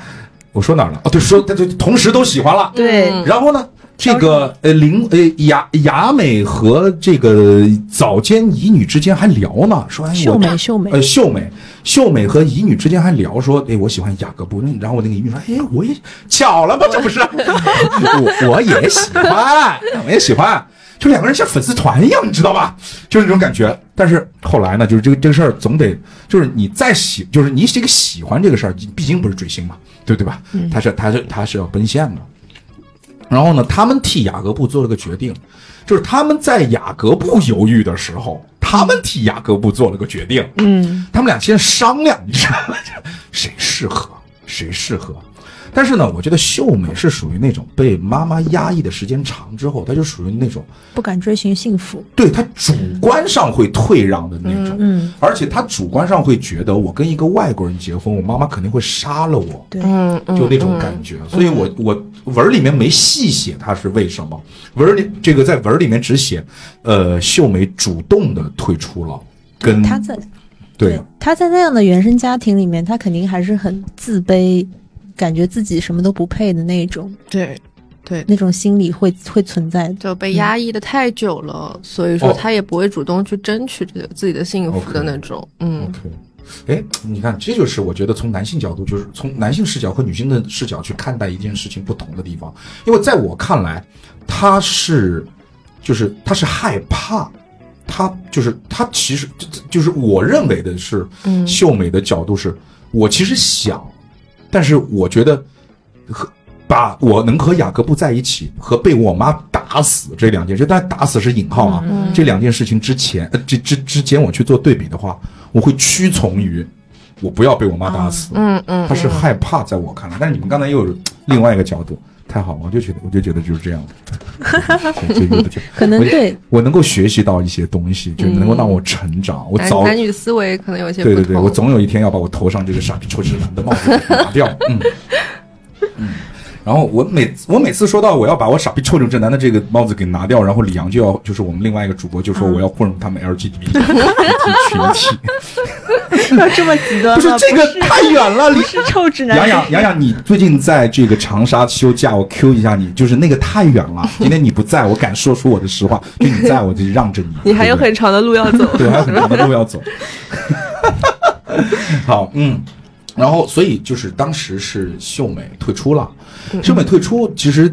Speaker 1: 我说哪儿了？哦，对，说对对，同时都喜欢了，
Speaker 6: 对
Speaker 2: 嗯
Speaker 1: 然后呢？这个呃，林呃雅雅美和这个早间乙女之间还聊呢，说哎
Speaker 3: 秀
Speaker 1: 我
Speaker 3: 美秀美
Speaker 1: 呃，秀美，秀美和乙女之间还聊说，哎，我喜欢雅各布。然后我那个乙女说，哎，我也巧了吧，这不是， 我我也喜欢，我也喜欢，就两个人像粉丝团一样，你知道吧？就是那种感觉。但是后来呢，就是这个这个事儿总得，就是你再喜，就是你这个喜欢这个事儿，毕竟不是追星嘛，对对吧？
Speaker 3: 嗯
Speaker 1: 他是他是他是要奔现的。然后呢，他们替雅各布做了个决定，就是他们在雅各布犹豫的时候，他们替雅各布做了个决定。嗯，他们俩先商量一下，谁适合，谁适合。但是呢，我觉得秀美是属于那种被妈妈压抑的时间长之后，她就属于那种
Speaker 3: 不敢追寻幸福，
Speaker 1: 对她主观上会退让的那种，
Speaker 3: 嗯，
Speaker 1: 而且她主观上会觉得我跟一个外国人结婚，我妈妈肯定会杀了我。
Speaker 3: 对，
Speaker 2: 嗯嗯，
Speaker 1: 就那种感觉。所以我我文儿里面没细写他是为什么，文儿里这个在文儿里面只写，呃，秀美主动的退出了，
Speaker 2: 嗯
Speaker 1: 跟
Speaker 3: 他在
Speaker 1: 对
Speaker 3: 他在那样的原生家庭里面，他肯定还是很自卑，感觉自己什么都不配的那种
Speaker 2: 对对，
Speaker 3: 那种心理会会存在的。
Speaker 2: 就被压抑的太久了，所以
Speaker 1: 哦
Speaker 2: 说他也不会主动去争取这个自己的幸福的那种。嗯，
Speaker 1: ，OK。哎，你看，这就是我觉得从男性角度，就是从男性视角和女性的视角去看待一件事情不同的地方。因为在我看来，他是，就是他是害怕，他就是他其实就就是我认为的是，
Speaker 2: 嗯
Speaker 1: 秀美的角度是，我其实想，但是我觉得和把我能和雅各布在一起和被我妈打死这两件事，但打死是引号啊，
Speaker 2: 嗯
Speaker 1: 这两件事情之前，呃，之之之前我去做对比的话，我会屈从于我不要被我妈打死，
Speaker 2: 嗯嗯，
Speaker 1: 他是害怕，在我看来，但是你们刚才又有另外一个角度，太好了，我就觉得我就觉得就是这样的， 对就有的就
Speaker 3: 可能
Speaker 1: 我
Speaker 3: 对
Speaker 1: 我能够学习到一些东西，
Speaker 2: 嗯
Speaker 1: 就能够让我成长，我
Speaker 2: 男
Speaker 1: 早
Speaker 2: 男女思维可能有些不
Speaker 1: 对
Speaker 2: 同。
Speaker 1: 对对，我总有一天要把我头上这个傻逼臭直男的帽子给拿掉。 嗯嗯，然后我每我每次说到我要把我傻逼臭直男的这个帽子给拿掉，然后李阳就要就是我们另外一个主播就说我要混入他 们 LGBT 群体，
Speaker 6: 要这么极端
Speaker 1: 不是
Speaker 6: 吗？
Speaker 1: 这个太远了，李
Speaker 6: 不是臭直
Speaker 1: 洋
Speaker 6: 男，
Speaker 1: 洋，洋洋，你最近在这个长沙休假，我 Q 一下你，就是那个太远了。今天你不在，我敢说出我的实话，就你在我就让着你。
Speaker 2: 你还有
Speaker 1: 对
Speaker 2: 很长的路要走。
Speaker 1: 不对对，还有很长的路要走。好，嗯，然后所以就是当时是秀美退出了，秀美退出，其实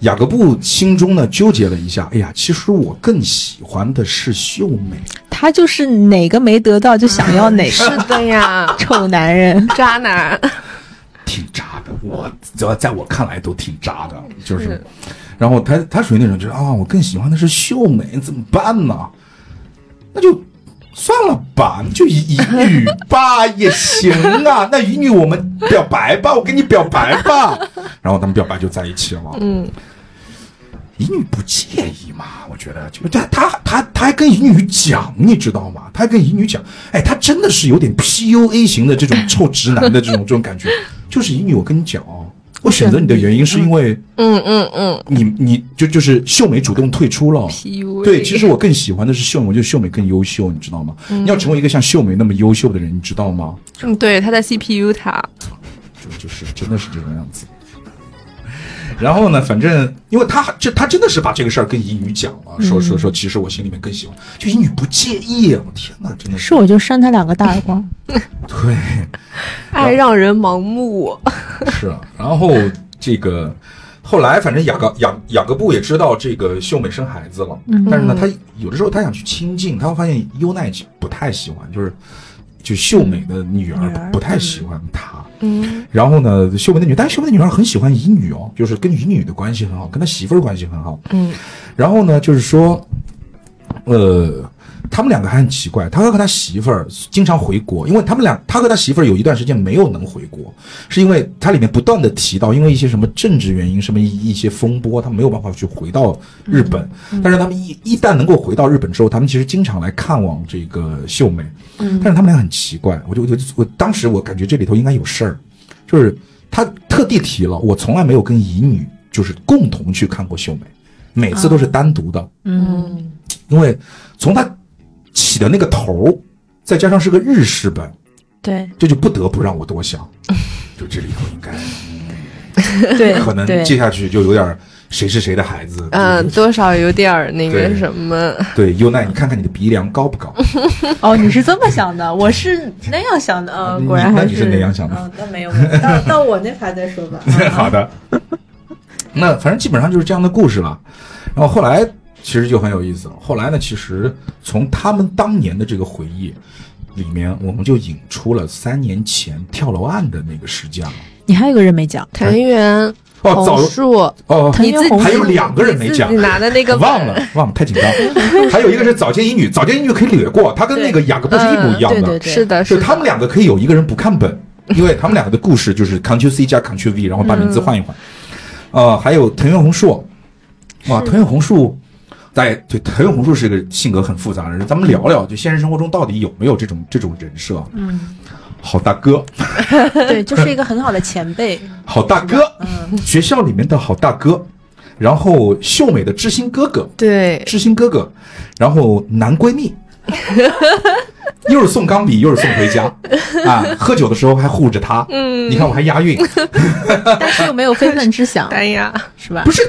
Speaker 1: 雅各布心中呢纠结了一下，哎呀，其实我更喜欢的是秀美。
Speaker 3: 他就是哪个没得到就想要哪
Speaker 2: 是
Speaker 3: 个，，
Speaker 2: 的呀
Speaker 3: 臭男人。
Speaker 2: 渣男。
Speaker 1: 挺渣的，我只要在我看来都挺渣的，就是，然后他他属于那种就是啊，我更喜欢的是秀美，怎么办呢？那就算了吧，就以以女吧也行啊，那以女我们表白吧，我跟你表白吧， 然后他们表白就在一起了，
Speaker 2: 嗯，
Speaker 1: 乙女不介意嘛？我觉得，就他他他他还跟乙女讲，你知道吗？他还跟乙女讲，哎，他真的是有点 PUA 型的这种臭直男的这 种这种感觉。就是乙女，我跟你讲哦，我选择你的原因是因为
Speaker 2: 嗯嗯嗯
Speaker 1: 你你就就是秀美主动退出了。
Speaker 2: ，PUA。
Speaker 1: 对，其实我更喜欢的是秀美，我觉得秀美更优秀，你知道吗？你要成为一个像秀美那么优秀的人，你知道吗？
Speaker 2: 嗯，对，他在 CPU 他。
Speaker 1: 就就是真的是这种样子。然后呢，反正因为他这他真的是把这个事儿跟英语讲了，说说说，其实我心里面更喜欢，就英语不介意，啊我天哪，真的是
Speaker 7: 是我就扇他两个大耳光。
Speaker 1: 对。
Speaker 2: 爱让人盲目。
Speaker 1: 是啊，然后这个后来反正雅各雅雅各布也知道这个秀美生孩子了，但是呢，他有的时候他想去亲近，他会发现优奈不太喜欢，就是就秀美的女儿不不太喜欢他。
Speaker 2: 嗯，
Speaker 1: 然后呢，秀美的女，但是秀美的女儿很喜欢乙女哦，就是跟乙女的关系很好，跟他媳妇儿关系很好。
Speaker 2: 嗯，
Speaker 1: 然后呢，就是说，呃，他们两个还很奇怪，他和他媳妇儿经常回国，因为他们俩，他和他媳妇儿有一段时间没有能回国，是因为他里面不断的提到，因为一些什么政治原因，什么一一些风波，他没有办法去回到日本。
Speaker 2: 嗯
Speaker 1: 但是他们一一旦能够回到日本之后，他们其实经常来看望这个秀美。
Speaker 2: 嗯
Speaker 1: 但是他们俩很奇怪，我就我就我当时我感觉这里头应该有事儿，就是他特地提了，我从来没有跟乙女就是共同去看过秀美，每次
Speaker 3: 啊
Speaker 1: 都是单独的。
Speaker 2: 嗯
Speaker 1: 因为从他起的那个头儿，再加上是个日式本，
Speaker 3: 对
Speaker 1: 这就不得不让我多 想。就这里头应该
Speaker 3: 对，
Speaker 1: 嗯可能
Speaker 3: 对
Speaker 1: 接下去就有点儿谁是谁的孩子。
Speaker 2: 嗯，多少有点儿那个
Speaker 1: 对
Speaker 2: 什么。
Speaker 1: 对，优奈，你看看你的鼻梁高不高？
Speaker 3: 哦，你是这么想的，我是那样想的，
Speaker 1: 啊
Speaker 3: 呃，
Speaker 1: 你
Speaker 3: 果然
Speaker 1: 那
Speaker 3: 还
Speaker 1: 你是哪样想的
Speaker 3: 嗯，那没有，没有 到到我那盘再说吧。
Speaker 1: 好的，那反正基本上就是这样的故事了。然后后来其实就很有意思了。后来呢，其实从他们当年的这个回忆里面，我们就引出了三年前跳楼案的那个事件了。
Speaker 7: 你还有个人没讲，
Speaker 2: 藤原
Speaker 1: 哦，早
Speaker 2: 红树，
Speaker 1: 哦，
Speaker 7: 藤原红
Speaker 1: 还有
Speaker 7: 树
Speaker 1: 两个人没
Speaker 2: 你自
Speaker 1: 讲
Speaker 2: 己，拿的那个
Speaker 1: 忘了忘了，太紧张。 还有一个是早间英语，早间英语可以略过，他跟那个雅各布是一模一样的，
Speaker 3: 对对对
Speaker 2: 是的，
Speaker 1: 就是他们
Speaker 2: 的，
Speaker 1: 两个可以有一个人不看 本，因为他们两个的故事就是 Ctrl C 加 Ctrl V，然后把名字换一换。呃，还有藤原红树，哇，藤原红树，在对藤原红树是一个性格很复杂的人，咱们聊聊，就现实生活中到底有没有这种这种人设？嗯，好大哥，
Speaker 3: 对，就是一个很好的 前辈，
Speaker 1: 好大哥，学校里面的好大哥，然后秀美的知心哥哥，
Speaker 2: 对，
Speaker 1: 知心哥哥，然后男闺蜜， 又是送钢笔，又是送回家，啊，喝酒的时候还护着他，嗯，你看我还押韵，
Speaker 3: 但是又没有非分之想，
Speaker 2: 哎呀，
Speaker 3: 是吧
Speaker 1: 不？是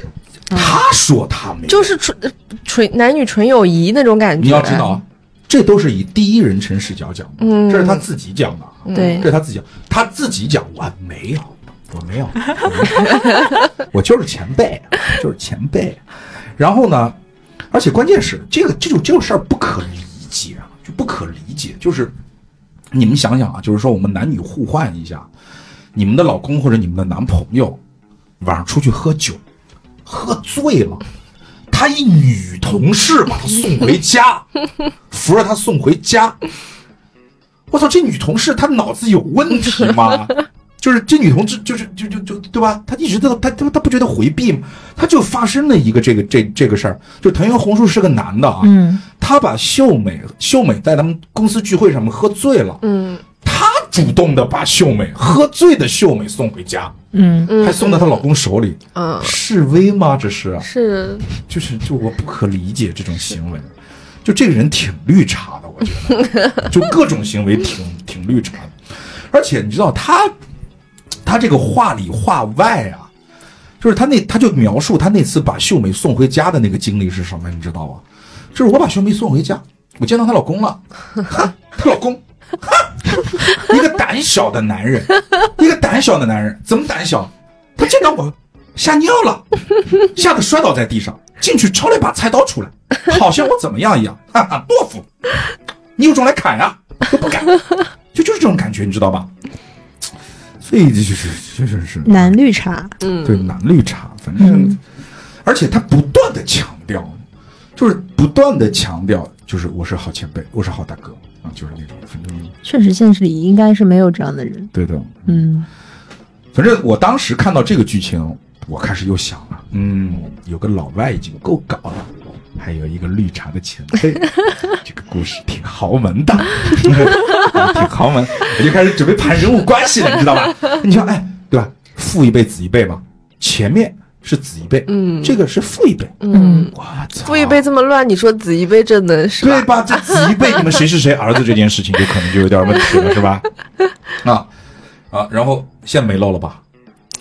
Speaker 1: 他说他没有，
Speaker 2: 就是纯纯男女纯友谊那种感觉。
Speaker 1: 你要知道，啊，这都是以第一人称视角讲的，
Speaker 2: 嗯
Speaker 1: 这是他自己讲的啊，
Speaker 3: 对
Speaker 1: 这是他自己讲，他自己讲我没有，我没 有，我就是前辈，啊就是前辈。啊然后呢，而且关键是这个这种这种事儿不可理解啊，就不可理解。就是你们想想啊，就是说我们男女互换一下，你们的老公或者你们的男朋友晚上出去喝酒，喝醉了。他一女同事把他送回家，扶着他送回家，我操，这女同事她脑子有问题吗？就是这女同志，就是就就就对吧？她一直都她她她不觉得回避吗？她就发生了一个这个这这个事儿，就藤原红树是个男的啊，
Speaker 7: 嗯，
Speaker 1: 他把秀美秀美在他们公司聚会上面喝醉了，
Speaker 2: 嗯
Speaker 1: 他主动的把秀美喝醉的秀美送回家，
Speaker 7: 嗯，
Speaker 2: 嗯，
Speaker 1: 还送到她老公手里，
Speaker 2: 嗯，
Speaker 1: 示威吗？这是啊
Speaker 2: 是
Speaker 1: 就是就我不可理解这种行为，就这个人挺绿茶的，我觉得，就各种行为挺挺绿茶的，而且你知道他他这个话里话外啊，就是他那他就描述他那次把秀美送回家的那个经历是什么，你知道吗？就是我把秀美送回家，我见到她老公了，哈，她老公。哈，一个胆小的男人，一个胆小的男人，怎么胆小？他见到我吓尿了，吓得摔倒在地上，进去抄了一把菜刀出来，好像我怎么样一样，哈哈，懦夫，你有种来砍呀、我不敢，就就是这种感觉，你知道吧？所以就是就是是
Speaker 7: 男绿茶，
Speaker 1: 对男绿茶，反正，而且他不断的强调，就是不断的强调，就是我是好前辈，我是好大哥啊，就是那种，反正
Speaker 7: 确实现实里应该是没有这样的人。
Speaker 1: 对的，
Speaker 7: 嗯，
Speaker 1: 反正我当时看到这个剧情，我开始又想了，嗯，有个老外已经够搞了，还有一个绿茶的前 辈，这个故事挺豪门的， 挺豪门，我就开始准备盘人物关系了，你知道 吧？你想，哎，对吧？父一辈子一辈嘛，前面是子一辈，
Speaker 2: 嗯
Speaker 1: 这个是父一辈，
Speaker 2: 嗯，
Speaker 1: 我操，
Speaker 2: 父一辈这么乱，你说子一辈这能是
Speaker 1: 对吧？
Speaker 2: 吧？
Speaker 1: 这子一辈你们谁是谁儿子这件事情，就可能就有点问题了，是吧？啊啊，然后现在没漏了吧？啊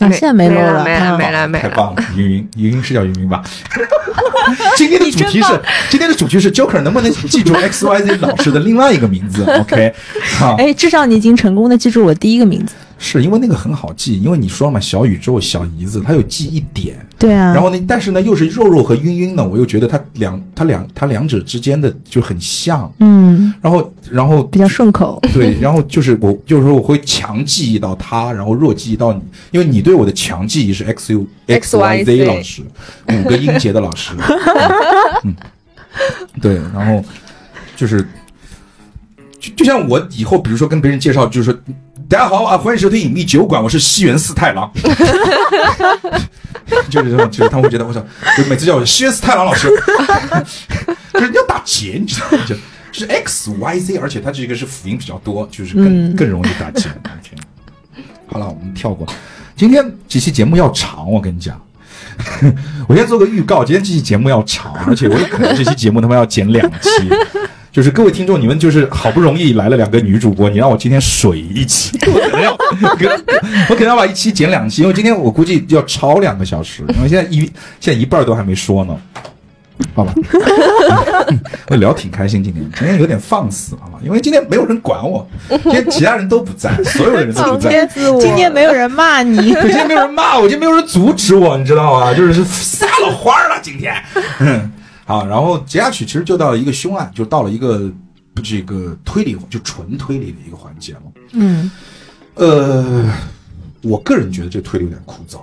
Speaker 3: 啊，现在没 low
Speaker 2: 了，
Speaker 3: 了，
Speaker 2: 没
Speaker 3: 太
Speaker 2: 了，
Speaker 3: 好
Speaker 2: 没了，没
Speaker 1: 太
Speaker 2: 了。
Speaker 1: 棒了，云云云云是叫云云吧？ 今天的主题是今天的主题是 Joker 能不能记住 X Y Z 老师的另外一个名字？OK，好，
Speaker 3: 哎，至少你已经成功的记住我第一个名字。
Speaker 1: 是因为那个很好记，因为你说嘛，小宇宙、小姨子，它有记忆点。
Speaker 3: 对啊，
Speaker 1: 然后呢，但是呢，又是肉肉和晕晕呢，我又觉得它两它两它两者之间的就很像。
Speaker 3: 嗯，
Speaker 1: 然后然后
Speaker 3: 比较顺口。
Speaker 1: 对，然后就是我，就是说我会强记忆到他，然后弱记忆到你，因为你对我的强记忆是 X U X Y Z
Speaker 2: XYZ
Speaker 1: 老师，嗯五个音节的老 师。嗯，对，然后就是，就就像我以后比如说跟别人介绍，就是说，大家好啊，欢迎收听隐秘酒馆，我是西园四太郎。 就是这种，就是他们会觉得我想，就每次叫我西园四太郎老师，就是要打结，你知道吗？就就是 X Y Z，而且它这个是辅音比较多，就是更、更容易打结。OK，好了，我们跳过。今天这期节目要长，我跟你讲， 我先做个预告，今天这期节目要长，而且我有可能这期节目他妈要剪两期。 就是各位听众，你们就是好不容易来了两个女主播，你让我今天水一期， 我可能要，我可能我可能要把一期剪两期，因为今天我估计要超两个小时，因为现在一现在一半都还没说呢，好吧。 我聊挺开心，今天今天有点放肆，好吧？因为今天没有人管我，今天其他人都不在，所有人都不
Speaker 2: 今
Speaker 1: 在
Speaker 2: 天。自我，
Speaker 3: 今天没有人骂 你，
Speaker 1: 可今天没有人骂我，今天没有人阻止我，你知道吗？就是撒了欢儿了，今天。嗯好，然后接下去其实就到了一个凶案，就到了一个这个推理，就纯推理的一个环节了。
Speaker 3: 嗯，
Speaker 1: 呃，我个人觉得这推理有点枯燥。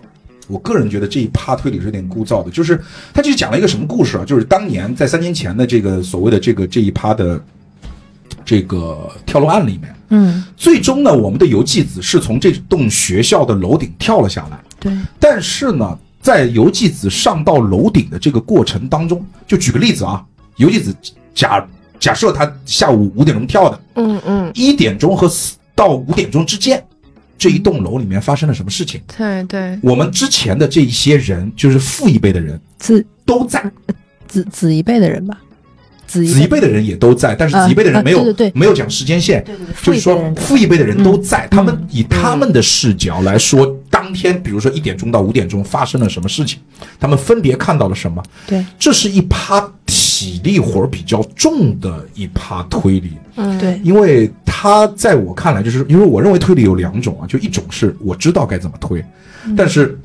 Speaker 1: 我个人觉得这一趴推理是有点枯燥的，就是他这讲了一个什么故事啊？就是当年在三年前的这个所谓的这个这一趴的这个跳楼案里面，
Speaker 3: 嗯，
Speaker 1: 最终呢，我们的游纪子是从这栋学校的楼顶跳了下来。
Speaker 3: 对，
Speaker 1: 但是呢，在游纪子上到楼顶的这个过程当中，就举个例子啊，游纪子假假设他下午五点钟跳的，
Speaker 2: 嗯嗯，
Speaker 1: 一点钟和四到五点钟之间，这一栋楼里面发生了什么事情？
Speaker 3: 嗯
Speaker 2: 对对，
Speaker 1: 我们之前的这一些人，就是父一辈的人
Speaker 3: 子
Speaker 1: 都在，
Speaker 3: 子子一辈的人吧，子
Speaker 1: 子一
Speaker 3: 一辈，
Speaker 1: 辈的人也都在，但是
Speaker 3: 啊
Speaker 1: 子一辈的人没有、
Speaker 3: 啊对对对
Speaker 1: 没有讲时间线，就是
Speaker 3: 父一辈的
Speaker 1: 说
Speaker 3: 人
Speaker 1: 父一辈的人都在，嗯他们以他们的视角来说，当天比如说一点钟到五点钟发生了什么事情，他们分别看到了什么。
Speaker 3: 对
Speaker 1: 这是一趴体力活儿比较重的一趴推理，
Speaker 2: 嗯，
Speaker 3: 对，
Speaker 1: 因为它在我看来，就是因为我认为推理有两种啊，就一种是我知道该怎么推，但是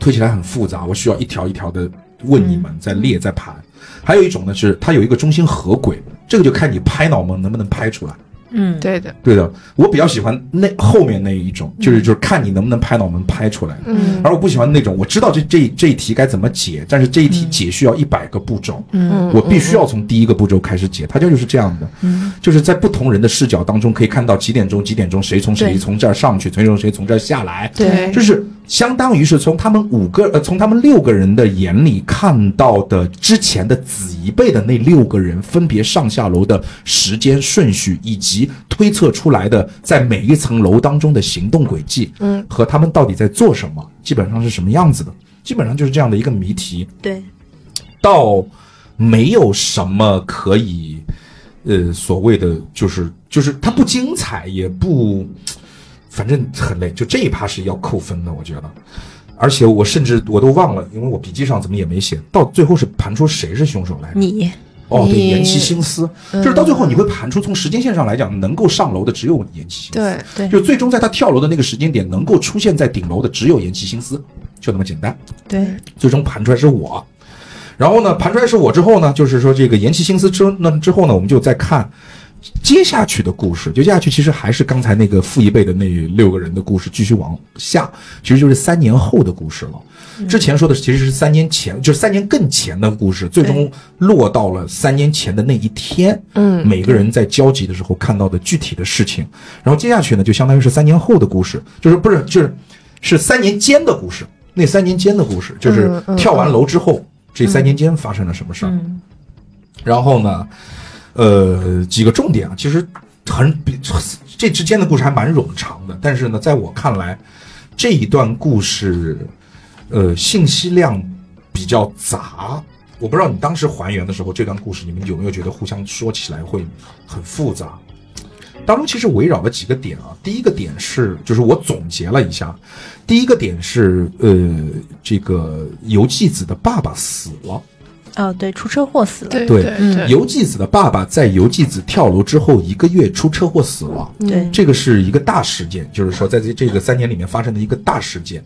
Speaker 1: 推起来很复杂，我需要一条一条的问你们，在列在盘；还有一种呢是它有一个中心合轨，这个就看你拍脑门能不能拍出来。
Speaker 3: 嗯，
Speaker 2: 对的，
Speaker 1: 对的，我比较喜欢那后面那一种，就是就是看你能不能拍脑门拍出来。
Speaker 2: 嗯
Speaker 1: 而我不喜欢那种，我知道这这这一题该怎么解，但是这一题解需要一百个步骤，
Speaker 2: 嗯，
Speaker 1: 我必须要从第一个步骤开始解，它就是这样的，就是在不同人的视角当中可以看到几点钟几点钟谁从谁
Speaker 3: 对
Speaker 1: 从这儿上去，谁从谁从这儿下来，
Speaker 2: 对，
Speaker 1: 就是相当于是从他们五个呃从他们六个人的眼里看到的之前的子一辈的那六个人分别上下楼的时间顺序，以及推测出来的在每一层楼当中的行动轨迹，
Speaker 2: 嗯，
Speaker 1: 和他们到底在做什么，基本上是什么样子的，基本上就是这样的一个谜题。
Speaker 3: 对，
Speaker 1: 倒没有什么可以，呃，所谓的就是就是它不精彩，也不，反正很累。就这一趴是要扣分的，我觉得。而且我甚至我都忘了，因为我笔记上怎么也没写，到最后是盘出谁是凶手来着。
Speaker 3: 你
Speaker 1: 哦，对，
Speaker 2: 你
Speaker 1: 延期心思，就是到最后你会盘出，从时间线上来讲，能够上楼的只有延期心思。
Speaker 2: 对
Speaker 3: 对
Speaker 1: 就最终在他跳楼的那个时间点，能够出现在顶楼的只有延期心思，就那么简单。
Speaker 3: 对，
Speaker 1: 最终盘出来是我。然后呢，盘出来是我之后呢，就是说这个延期心思之那之后呢，我们就再看接下去的故事。就接下去其实还是刚才那个父一辈的那六个人的故事，继续往下，其实就是三年后的故事
Speaker 2: 嗯
Speaker 1: 了。之前说的其实是三年前，就是三年更前的故事，最终落到了三年前的那一天。
Speaker 2: 嗯
Speaker 1: 每个人在交集的时候看到的具体的事情。然后接下去呢，就相当于是三年后的故事，就是不是就是是三年间的故事，那三年间的故事，就是
Speaker 2: 嗯嗯
Speaker 1: 跳完楼之后、这三年间发生了什么事儿。然后呢，呃，几个重点啊，其实很比这之间的故事还蛮冗长的，但是呢，在我看来，这一段故事，呃，信息量比较杂。我不知道你当时还原的时候，这段故事你们有没有觉得互相说起来会很复杂？当中其实围绕了几个点啊。第一个点是，就是我总结了一下，第一个点是，呃，这个游纪子的爸爸死了。
Speaker 8: 哦，对，出车祸死了。
Speaker 9: 对
Speaker 1: 对嗯
Speaker 9: 对
Speaker 1: 游纪子的爸爸在游纪子跳楼之后一个月出车祸死了，
Speaker 8: 对
Speaker 1: 这个是一个大事件，就是说在这这个三年里面发生的一个大事件。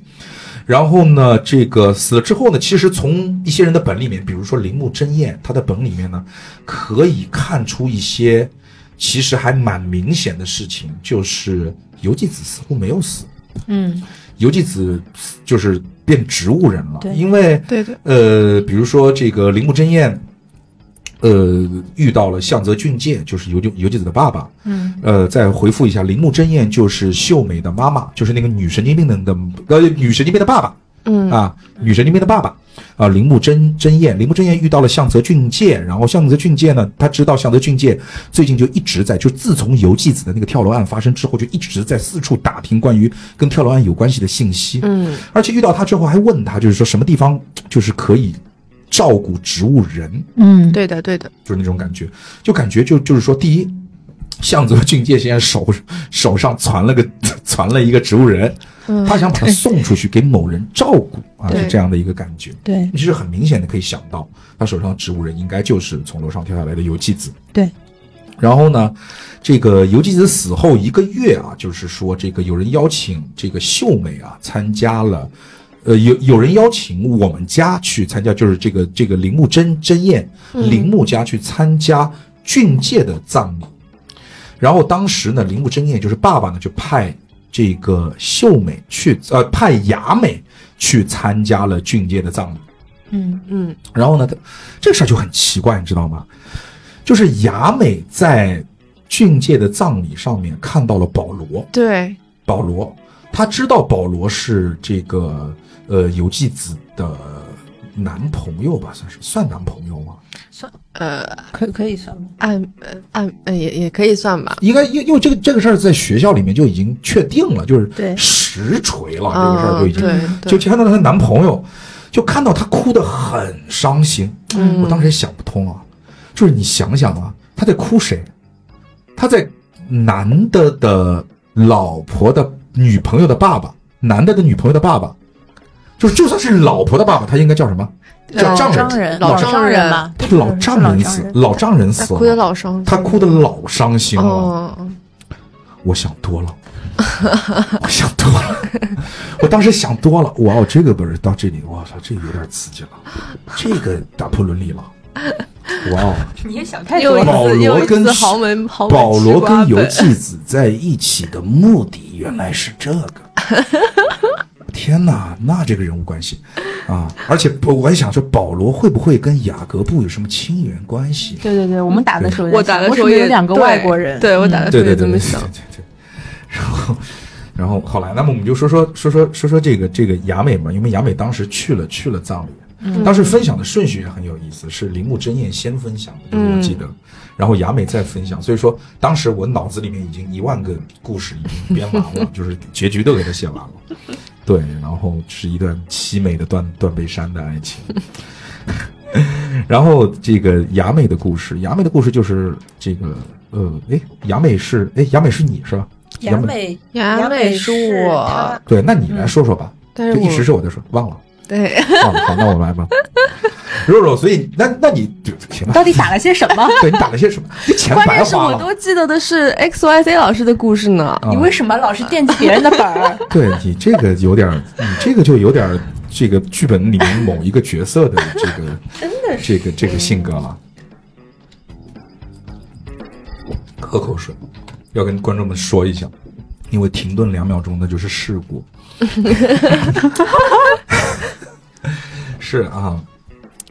Speaker 1: 然后呢，这个死了之后呢，其实从一些人的本里面，比如说铃木真彦，他的本里面呢，可以看出一些其实还蛮明显的事情，就是游纪子似乎没有死，
Speaker 8: 嗯，
Speaker 1: 游纪子就是变植物人了
Speaker 8: 对，
Speaker 1: 因为
Speaker 9: 对对，
Speaker 1: 呃，比如说这个铃木真彦，呃，遇到了向泽俊介，就是游游纪子的爸爸。嗯，呃，再回复一下，铃木真彦就是秀美的妈妈，就是那个女神经病的的呃女神经病的爸爸。
Speaker 2: 嗯
Speaker 1: 啊，女神经病的爸爸啊，铃木真真彦，铃木真彦遇到了向泽俊介，然后向泽俊介呢，他知道向泽俊介最近就一直在，就自从游纪子的那个跳楼案发生之后，就一直在四处打听关于跟跳楼案有关系的信息。
Speaker 2: 嗯
Speaker 1: 而且遇到他之后还问他，就是说什么地方就是可以照顾植物人，
Speaker 8: 嗯，
Speaker 2: 对的对的，
Speaker 1: 就是那种感觉，就感觉就就是说，第一，向泽俊介现在手手上攒了个 攒了一个植物人，他想把他送出去给某人照顾啊，
Speaker 2: 对
Speaker 1: 是这样的一个感觉。
Speaker 8: 对
Speaker 1: 其实很明显的可以想到，他手上的植物人应该就是从楼上跳下来的游纪子。
Speaker 8: 对，
Speaker 1: 然后呢，这个游纪子死后一个月啊，就是说这个有人邀请这个秀美啊参加了，呃，有有人邀请我们家去参加，就是这个这个铃木真真彦铃木家去参加俊介的葬礼。然后当时呢，铃木真彦就是爸爸呢就派这个秀美去，呃，派雅美去参加了俊介的葬礼。
Speaker 8: 嗯
Speaker 2: 嗯
Speaker 1: 然后呢，他这事儿就很奇怪，你知道吗？就是雅美在俊介的葬礼上面看到了保罗，
Speaker 9: 对
Speaker 1: 保罗，他知道保罗是这个呃游纪子的男朋友吧，算是算男朋友吗？
Speaker 2: 呃，
Speaker 3: 可可以算吗？
Speaker 2: 按呃按呃也也可以算吧，
Speaker 1: 应该因为因为这个这个事儿在学校里面就已经确定了，就是
Speaker 8: 对
Speaker 1: 实锤了，这个事儿
Speaker 2: 啊
Speaker 1: 就
Speaker 2: 对
Speaker 1: 已经
Speaker 2: 对，
Speaker 1: 就看到她男朋友，就看到她哭得很伤心。
Speaker 2: 嗯
Speaker 1: 我当时也想不通啊，就是你想想啊，她在哭谁？她在男的的老婆的女朋友的爸爸，男的的女朋友的爸爸，就是就算是老婆的爸爸，他应该叫什么？叫丈人。
Speaker 3: 丈人，
Speaker 2: 老丈
Speaker 3: 丈
Speaker 2: 人
Speaker 3: 嘛，
Speaker 1: 他老丈人
Speaker 8: 是
Speaker 1: 死
Speaker 8: 老丈人，
Speaker 1: 老丈人
Speaker 2: 他
Speaker 1: 死
Speaker 2: 哭的
Speaker 1: 了，
Speaker 2: 老伤心，
Speaker 1: 他哭的老伤心了。
Speaker 2: 哦，
Speaker 1: 我想多了，我想多了，我当时想多了，哇哦，这个本儿到这里，我操，这个有点刺激了，这个打破伦理了，哇哦，
Speaker 3: 你也想太
Speaker 2: 又
Speaker 3: 多
Speaker 2: 一
Speaker 3: 了。
Speaker 1: 保
Speaker 2: 次又
Speaker 1: 罗
Speaker 2: 一
Speaker 1: 跟
Speaker 2: 次豪门豪门
Speaker 1: 保罗
Speaker 2: 吃瓜
Speaker 1: 跟游
Speaker 2: 本
Speaker 1: 纪子在一起的目的原来是这个。天哪，那这个人物关系啊！而且我我还想说，保罗会不会跟雅各布有什么亲缘关系？
Speaker 3: 对对对，我们打的时候也
Speaker 2: 我打的
Speaker 3: 想
Speaker 2: 时候
Speaker 3: 为什么
Speaker 2: 也
Speaker 3: 有两个
Speaker 2: 对
Speaker 3: 外国人，
Speaker 2: 对我打的时候也
Speaker 1: 嗯
Speaker 2: 这
Speaker 1: 对
Speaker 2: 么
Speaker 1: 对
Speaker 2: 想，
Speaker 1: 对对对。 然后，然后好了，那么我们就说说说说说说这个这个雅美嘛，因为雅美当时去了去了葬礼，
Speaker 2: 嗯
Speaker 1: 当时分享的顺序也很有意思，是铃木真彦先分享的，就是我记
Speaker 2: 嗯
Speaker 1: 得，然后雅美再分享，所以说当时我脑子里面已经一万个故事已经编完 了，就是结局都给他写完了。对，然后是一段凄美的断断背山的爱情。 然后这个雅美的故事，雅美的故事就是这个呃，哎，雅美是哎，雅美是你是吧？
Speaker 3: 嗯
Speaker 8: 雅美
Speaker 2: 雅美
Speaker 8: 是
Speaker 2: 我
Speaker 8: 她，
Speaker 1: 对，那你来说说吧，
Speaker 2: 嗯但是
Speaker 1: 就一直
Speaker 2: 我
Speaker 1: 是我在说，忘了，
Speaker 2: 对
Speaker 1: 忘了，好，那我来吧。 肉肉，所以那那你就行吧，
Speaker 3: 到底打了些什 么？
Speaker 1: 对你打了些什么？这钱
Speaker 2: 关
Speaker 1: 白
Speaker 2: 键是
Speaker 1: 花
Speaker 2: 我
Speaker 1: 了。
Speaker 2: 都记得的是 X Y Z 老师的故事呢，
Speaker 1: 啊
Speaker 3: 你为什么老是惦记别人的 本儿？
Speaker 1: 对你这个有点儿，你这个就有点儿这个剧本里面某一个角色的这个
Speaker 3: 真的
Speaker 1: 这个这个性格了。喝口水，要跟观众们说一下，因为停顿两秒钟的就是事故。 是啊，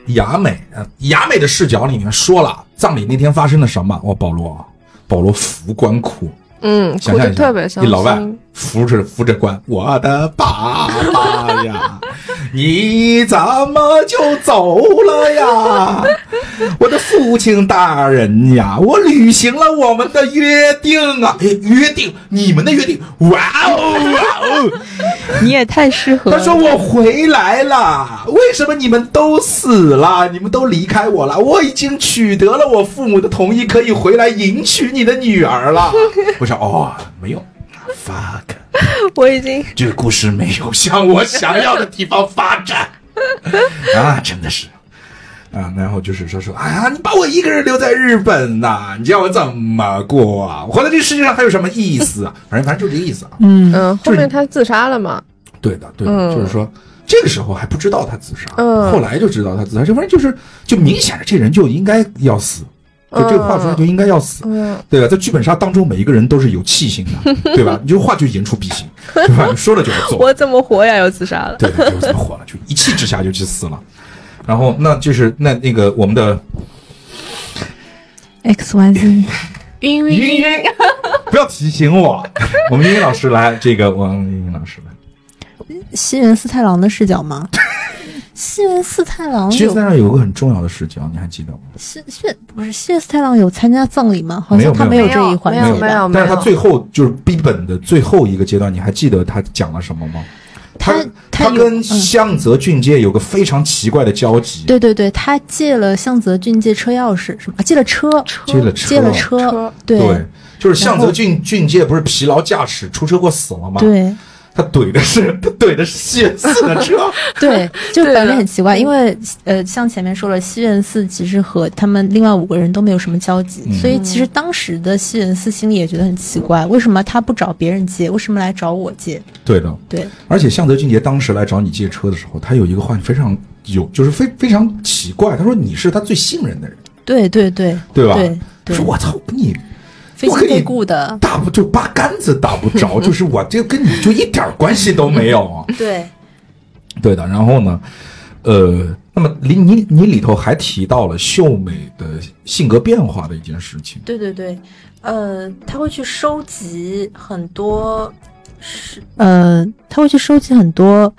Speaker 1: 雅美，呃雅美的视角里面说了葬礼那天发生了什么。哇，保罗啊，保罗扶棺哭，
Speaker 2: 嗯，
Speaker 1: 想象
Speaker 2: 哭的
Speaker 1: 一下，
Speaker 2: 特别伤
Speaker 1: 一老外
Speaker 2: 心，
Speaker 1: 扶着扶着棺，我的爸爸呀！你怎么就走了呀？我的父亲大人呀，我履行了我们的约定啊！哎，约定，你们的约定，哇哦哇哦！
Speaker 3: 你也太适合了。
Speaker 1: 他说我回来了，为什么你们都死了？你们都离开我了？我已经取得了我父母的同意，可以回来迎娶你的女儿了。我想，哦，没有，fuck。
Speaker 3: 我已经
Speaker 1: 这个故事没有向我想要的地方发展啊，真的是啊。然后就是说说，哎呀，你把我一个人留在日本呐、你叫我怎么过啊？我活在这世界上还有什么意思啊？反正反正就这个意思啊。
Speaker 2: 嗯，后面他自杀了嘛？
Speaker 1: 对的，对的，
Speaker 2: 嗯
Speaker 1: 就是说这个时候还不知道他自杀，
Speaker 2: 嗯
Speaker 1: 后来就知道他自杀，这玩意儿就是就明显的这人就应该要死，就这个话出来就应该要死。
Speaker 2: 嗯，
Speaker 1: 对吧？在剧本杀当中，每一个人都是有气性的， 对吧？你就话就言出必行，对吧？你说了就要做。
Speaker 10: 我怎么活呀？又自杀了。
Speaker 1: 对，就怎么火了，就一气之下就去死了。然后那就是那那个我们的
Speaker 3: X Y Z，
Speaker 2: 晕晕
Speaker 1: 晕晕，不要提醒 我，我们云云老师来，这个我们云云老师来。
Speaker 3: 西园四太郎的视角 吗？西园四太
Speaker 2: 哎
Speaker 3: 郎
Speaker 1: 其实
Speaker 3: 有
Speaker 1: 在那有个很重要的视角，你还记得吗？
Speaker 3: 西西不是西园四太郎有参加葬礼吗？好
Speaker 1: 没有
Speaker 3: 像他
Speaker 1: 没有
Speaker 3: 这一环
Speaker 2: 没
Speaker 3: 节
Speaker 2: 有
Speaker 3: 吧
Speaker 2: 没有没
Speaker 1: 但是他
Speaker 2: 有，
Speaker 1: 最后就是逼本的最后一个阶段，你还记得他讲了什么吗？
Speaker 3: 他
Speaker 1: 他
Speaker 3: 他有
Speaker 1: 跟
Speaker 3: 嗯
Speaker 1: 向泽俊介有个非常奇怪的交集，
Speaker 3: 对对对，他借了向泽俊借车钥匙，什么、啊、借了车，
Speaker 1: 借了车
Speaker 3: 借了车，
Speaker 2: 车
Speaker 3: 对
Speaker 1: 对，就是向泽俊俊介不是疲劳驾驶出车祸死了吗？
Speaker 3: 对
Speaker 1: 他怼的是他怼的是谢四的 车，
Speaker 3: 对，就感觉很奇怪，因为呃，像前面说了，西园寺其实和他们另外五个人都没有什么交
Speaker 1: 嗯
Speaker 3: 集，所以其实当时的西园寺心里也觉得很奇怪，为什么他不找别人借，为什么来找我借？
Speaker 1: 对的，
Speaker 3: 对，
Speaker 1: 而且向泽俊杰当时来找你借车的时候，他有一个话你非常有，就是非非常奇怪。他说你是他最信任的人，
Speaker 3: 对对对，
Speaker 1: 对吧？
Speaker 3: 对
Speaker 1: 他
Speaker 3: 对
Speaker 1: 说，我操你，
Speaker 3: 非
Speaker 1: 我
Speaker 3: 亲
Speaker 1: 跟你
Speaker 3: 非故
Speaker 2: 嗯
Speaker 3: 的，
Speaker 1: 打不就八竿子打不 着，就是我这跟你就一点儿关系都没有啊。
Speaker 3: 对，
Speaker 1: 对的，然后呢，呃，那么里你你里头还提到了秀美的性格变化的一件事情，
Speaker 3: 对对对，呃，他会去收集很多是呃，他会去收集很多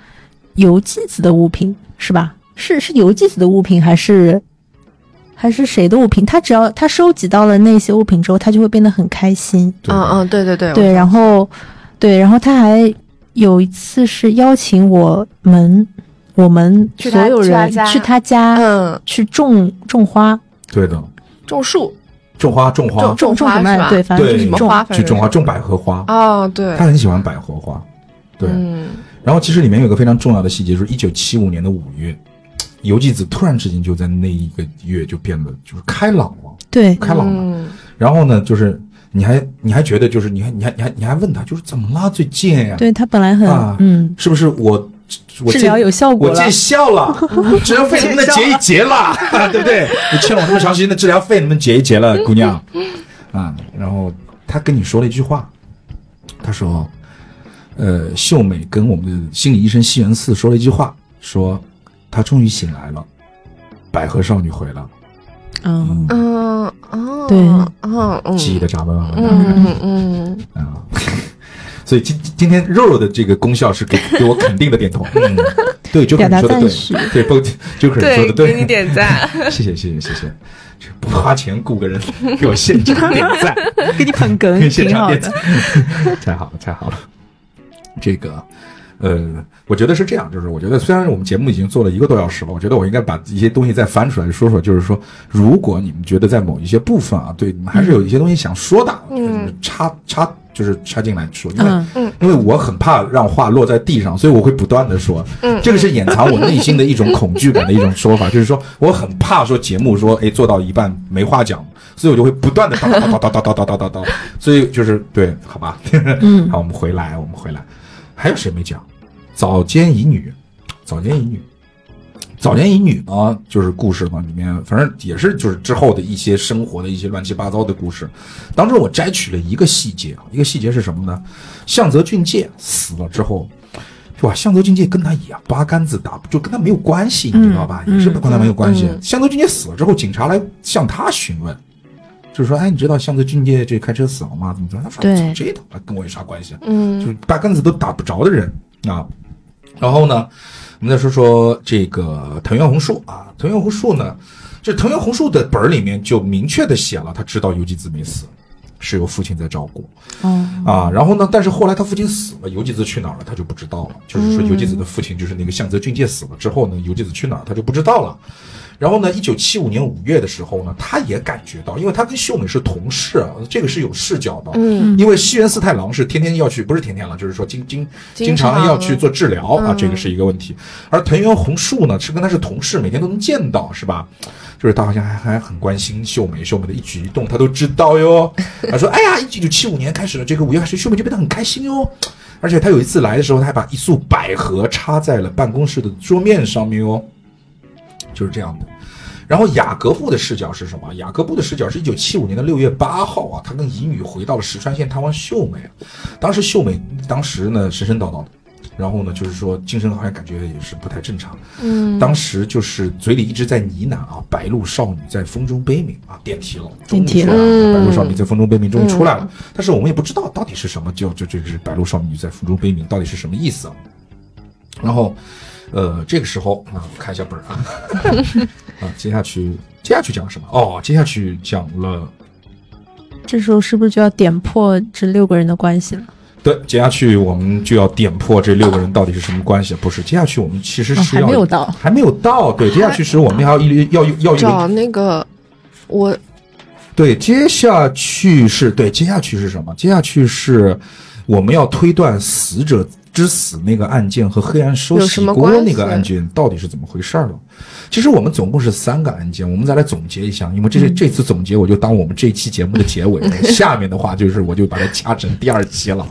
Speaker 3: 邮寄子的物品，是吧？是是邮寄子的物品，还是还是谁的物品？他只要他收集到了那些物品之后，他就会变得很开心。
Speaker 1: 对
Speaker 2: 嗯嗯，对对对，
Speaker 3: 对，
Speaker 2: 我
Speaker 3: 然后对，然后他还有一次是邀请我们我们
Speaker 10: 去
Speaker 3: 所
Speaker 10: 他
Speaker 3: 有
Speaker 10: 去他
Speaker 3: 人
Speaker 10: 家
Speaker 3: 去他家
Speaker 2: 嗯，
Speaker 3: 去种种花，
Speaker 1: 对的，
Speaker 2: 种树
Speaker 1: 种花种花
Speaker 2: 种
Speaker 3: 种
Speaker 2: 花
Speaker 3: 什么
Speaker 2: 是吧
Speaker 3: 来？对，反正
Speaker 1: 对
Speaker 3: 就是
Speaker 2: 什么
Speaker 3: 种
Speaker 2: 花，反
Speaker 1: 去
Speaker 2: 正
Speaker 1: 种花种百合花，
Speaker 2: 哦，对
Speaker 1: 他，很喜欢百合花，对。
Speaker 2: 嗯，
Speaker 1: 然后其实里面有一个非常重要的细节，就是一九七五年的五月，游纪子突然之间就在那一个月就变得就是开朗了，
Speaker 3: 对，
Speaker 1: 开朗了。
Speaker 2: 嗯，
Speaker 1: 然后呢，就是你还你还觉得就是你还你还你还你还问他就是怎么啦最近呀、
Speaker 3: 对他本来很、
Speaker 1: 啊
Speaker 3: 嗯，
Speaker 1: 是不是我我
Speaker 3: 治
Speaker 1: 见
Speaker 3: 疗有效果
Speaker 1: 我
Speaker 3: 了，
Speaker 1: 见效 了，治疗费能不能结一结了，对不对？你欠我那么长时间的治疗费能不能结一结 了，姑娘？啊，然后他跟你说了一句话，他说，呃，秀美跟我们的心理医生西园寺说了一句话，说她终于醒来了，百合少女回来了，
Speaker 3: 嗯，
Speaker 2: 嗯哦，
Speaker 3: 对
Speaker 2: 嗯嗯，
Speaker 1: 记忆的闸门啊，
Speaker 2: 嗯嗯
Speaker 1: 啊。 所以今今天肉肉的这个功效是 给给我肯定的点头，嗯，对，就可
Speaker 3: 表
Speaker 1: 能
Speaker 3: 达
Speaker 1: 说的
Speaker 3: 赞
Speaker 1: 对，
Speaker 3: 许，
Speaker 1: 对，不，就可能说的
Speaker 2: 嗯，
Speaker 1: 对，
Speaker 2: 给你点赞，
Speaker 1: 谢谢谢谢谢谢，这不花钱雇个人给我现场点 赞，
Speaker 3: 给你捧 哏
Speaker 1: 给现场点赞，太好了太好了。这个，呃，我觉得是这样，就是我觉得虽然我们节目已经做了一个多小时了，我觉得我应该把一些东西再翻出来说说，就是说，如果你们觉得在某一些部分啊，对你们还是有一些东西想说的，就是你们插插就是插进来说，因为、
Speaker 3: 嗯
Speaker 1: 因为我很怕让话落在地上，所以我会不断的说。
Speaker 2: 嗯
Speaker 1: 这个是掩藏我内心的一种恐惧感的一种说法，就是说我很怕说节目说哎做到一半没话讲，所以我就会不断的叨叨叨叨叨叨叨叨叨叨，所以就是对，好吧，
Speaker 3: 嗯
Speaker 1: 好，我们回来，我们回来，还有谁没讲？早间乙女，早间乙女。早间乙女呢，就是故事嘛，里面反正也是就是之后的一些生活的一些乱七八糟的故事，当中我摘取了一个细节啊，一个细节是什么呢？向泽俊介死了之后，是吧？向泽俊介跟他也八竿子打不，就跟他没有关系，你知道吧？
Speaker 3: 嗯
Speaker 1: 也是跟他没有关系。
Speaker 2: 嗯
Speaker 1: 向泽俊介死了之后，警察来向他询问，就是说，哎，你知道向泽俊介这开车死了吗？怎么怎么？他说，
Speaker 3: 对
Speaker 1: 啊这他妈跟我有啥关系？
Speaker 2: 嗯
Speaker 1: 就是八竿子都打不着的人啊。然后呢，我们再说说这个藤原宏树啊，藤原宏树呢，这藤原宏树的本儿里面就明确的写了，他知道游纪子没死，是由父亲在照顾
Speaker 3: 哦，
Speaker 2: 嗯
Speaker 1: 啊。然后呢，但是后来他父亲死了，游纪子去哪儿了，他就不知道了。就是
Speaker 2: 嗯
Speaker 1: 说，游纪子的父亲就是那个相泽俊介死了之后呢，游纪子去哪儿他就不知道了。然后呢，一九七五年五月的时候呢，他也感觉到，因为他跟秀美是同事啊，这个是有视角的。
Speaker 2: 嗯，
Speaker 1: 因为西园四太郎是天天要去，不是天天了，就是说经经
Speaker 2: 经
Speaker 1: 经常要
Speaker 2: 常
Speaker 1: 去做治疗啊，这个是一个问题。而藤原宏树呢，是跟他是同事，每天都能见到，是吧？就是他好像还还很关心秀美，秀美的一举一动他都知道哟。他说：“哎呀，一九七五年开始了，这个五月开始，秀美就变得很开心哟。”而且他有一次来的时候，他还把一束百合插在了办公室的桌面上面哦，就是这样的。然后雅各布的视角是什么？雅各布的视角是一九七五年的六月八号啊，他跟乙女回到了石川县探望秀美。啊当时秀美当时呢神神叨叨的，然后呢就是说精神好像感觉也是不太正常。嗯，当时就是嘴里一直在呢喃啊，白露少女在风中悲鸣啊，电梯了，终于
Speaker 3: 电梯
Speaker 1: 出来
Speaker 2: 了
Speaker 1: 白露少女在风中悲鸣终于出来了，但是我们也不知道到底是什么，就就这个是白露少女在风中悲鸣到底是什么意思啊？然后，呃，这个时候啊，我看一下本儿啊，啊， 接下去接下去讲什么？哦，接下去讲了，
Speaker 3: 这时候是不是就要点破这六个人的关系了？
Speaker 1: 对，接下去我们就要点破这六个人到底是什么关系？不是，接下去我们其实
Speaker 11: 哦
Speaker 1: 是
Speaker 11: 还
Speaker 1: 要、
Speaker 11: 没有到，
Speaker 1: 还没有到，对，接下去是我们还要一轮要要一
Speaker 2: 找
Speaker 1: 轮，
Speaker 2: 那个我
Speaker 1: 对，接下去是对，接下去是什么？接下去是我们要推断死者。之死那个案件和黑暗收
Speaker 2: 有
Speaker 1: 洗
Speaker 2: 什么
Speaker 1: 锅
Speaker 2: 关
Speaker 1: 那个
Speaker 2: 系
Speaker 1: 案件到底是怎么回事儿了？其实我们总共是三个案件，我们再来总结一下，因为
Speaker 2: 嗯
Speaker 1: 这是这次总结，我就当我们这一期节目的结尾了。 下面的话就是我就把它掐成第二期了。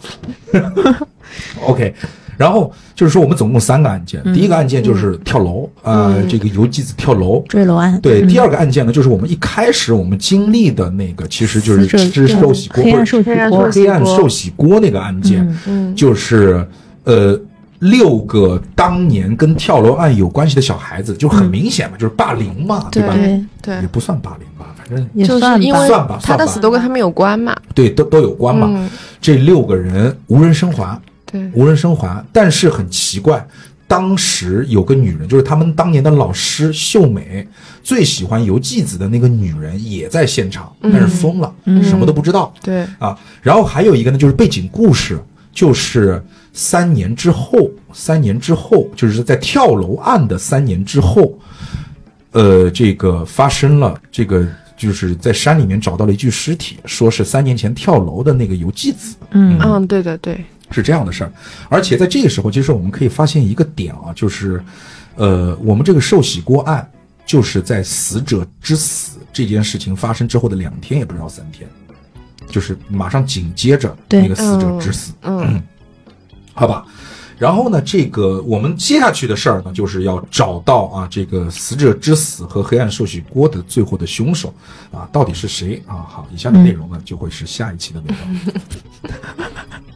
Speaker 1: OK，然后就是说我们总共三个案
Speaker 2: 嗯
Speaker 1: 件，第一个案件就是跳楼，呃，这个游纪子跳楼。
Speaker 3: 坠楼案，
Speaker 1: 对，第二个案件呢，就是我们一开始我们经历的那个，其实就是
Speaker 3: 死
Speaker 1: 是
Speaker 3: 者
Speaker 1: 寿喜锅
Speaker 3: 黑
Speaker 1: 或者
Speaker 3: 暗受洗
Speaker 2: 黑暗
Speaker 3: 锅
Speaker 2: 受，
Speaker 1: 黑暗寿喜锅那个案件，就是呃六个当年跟跳楼案有关系的小孩子，就很明显嘛，就是霸凌嘛，对吧？
Speaker 3: 对
Speaker 2: 对
Speaker 1: 也不算霸凌吧，反正
Speaker 3: 也
Speaker 2: 就是
Speaker 3: 算
Speaker 2: 因
Speaker 3: 吧
Speaker 2: 为
Speaker 1: 算吧
Speaker 2: 他
Speaker 1: 算
Speaker 2: 的
Speaker 1: 吧
Speaker 2: 死都跟他们有关嘛，
Speaker 1: 对都都有关嘛。
Speaker 2: 嗯
Speaker 1: 这六个人无人生还，
Speaker 2: 对，
Speaker 1: 无人生还。但是很奇怪，当时有个女人，就是他们当年的老师秀美，最喜欢游纪子的那个女人也在现场，但是疯了，什么都不知道。
Speaker 2: 对，
Speaker 1: 啊，然后还有一个呢，就是背景故事，就是三年之后，三年之后，就是在跳楼案的三年之后，呃，这个发生了这个。就是在山里面找到了一具尸体，说是三年前跳楼的那个游纪子，
Speaker 3: 嗯
Speaker 2: 嗯，对的，对，
Speaker 1: 是这样的事儿。而且在这个时候，其实我们可以发现一个点啊，就是，呃，我们这个寿喜锅案，就是在死者之死这件事情发生之后的两天，也不知道三天，就是马上紧接着
Speaker 3: 对
Speaker 1: 那个死者之死，
Speaker 2: 嗯
Speaker 1: 好吧？然后呢，这个我们接下去的事儿呢，就是要找到啊，这个死者之死和黑暗寿喜锅的最后的凶手啊，到底是谁啊？好，以下的内容呢，就会是下一期的内容。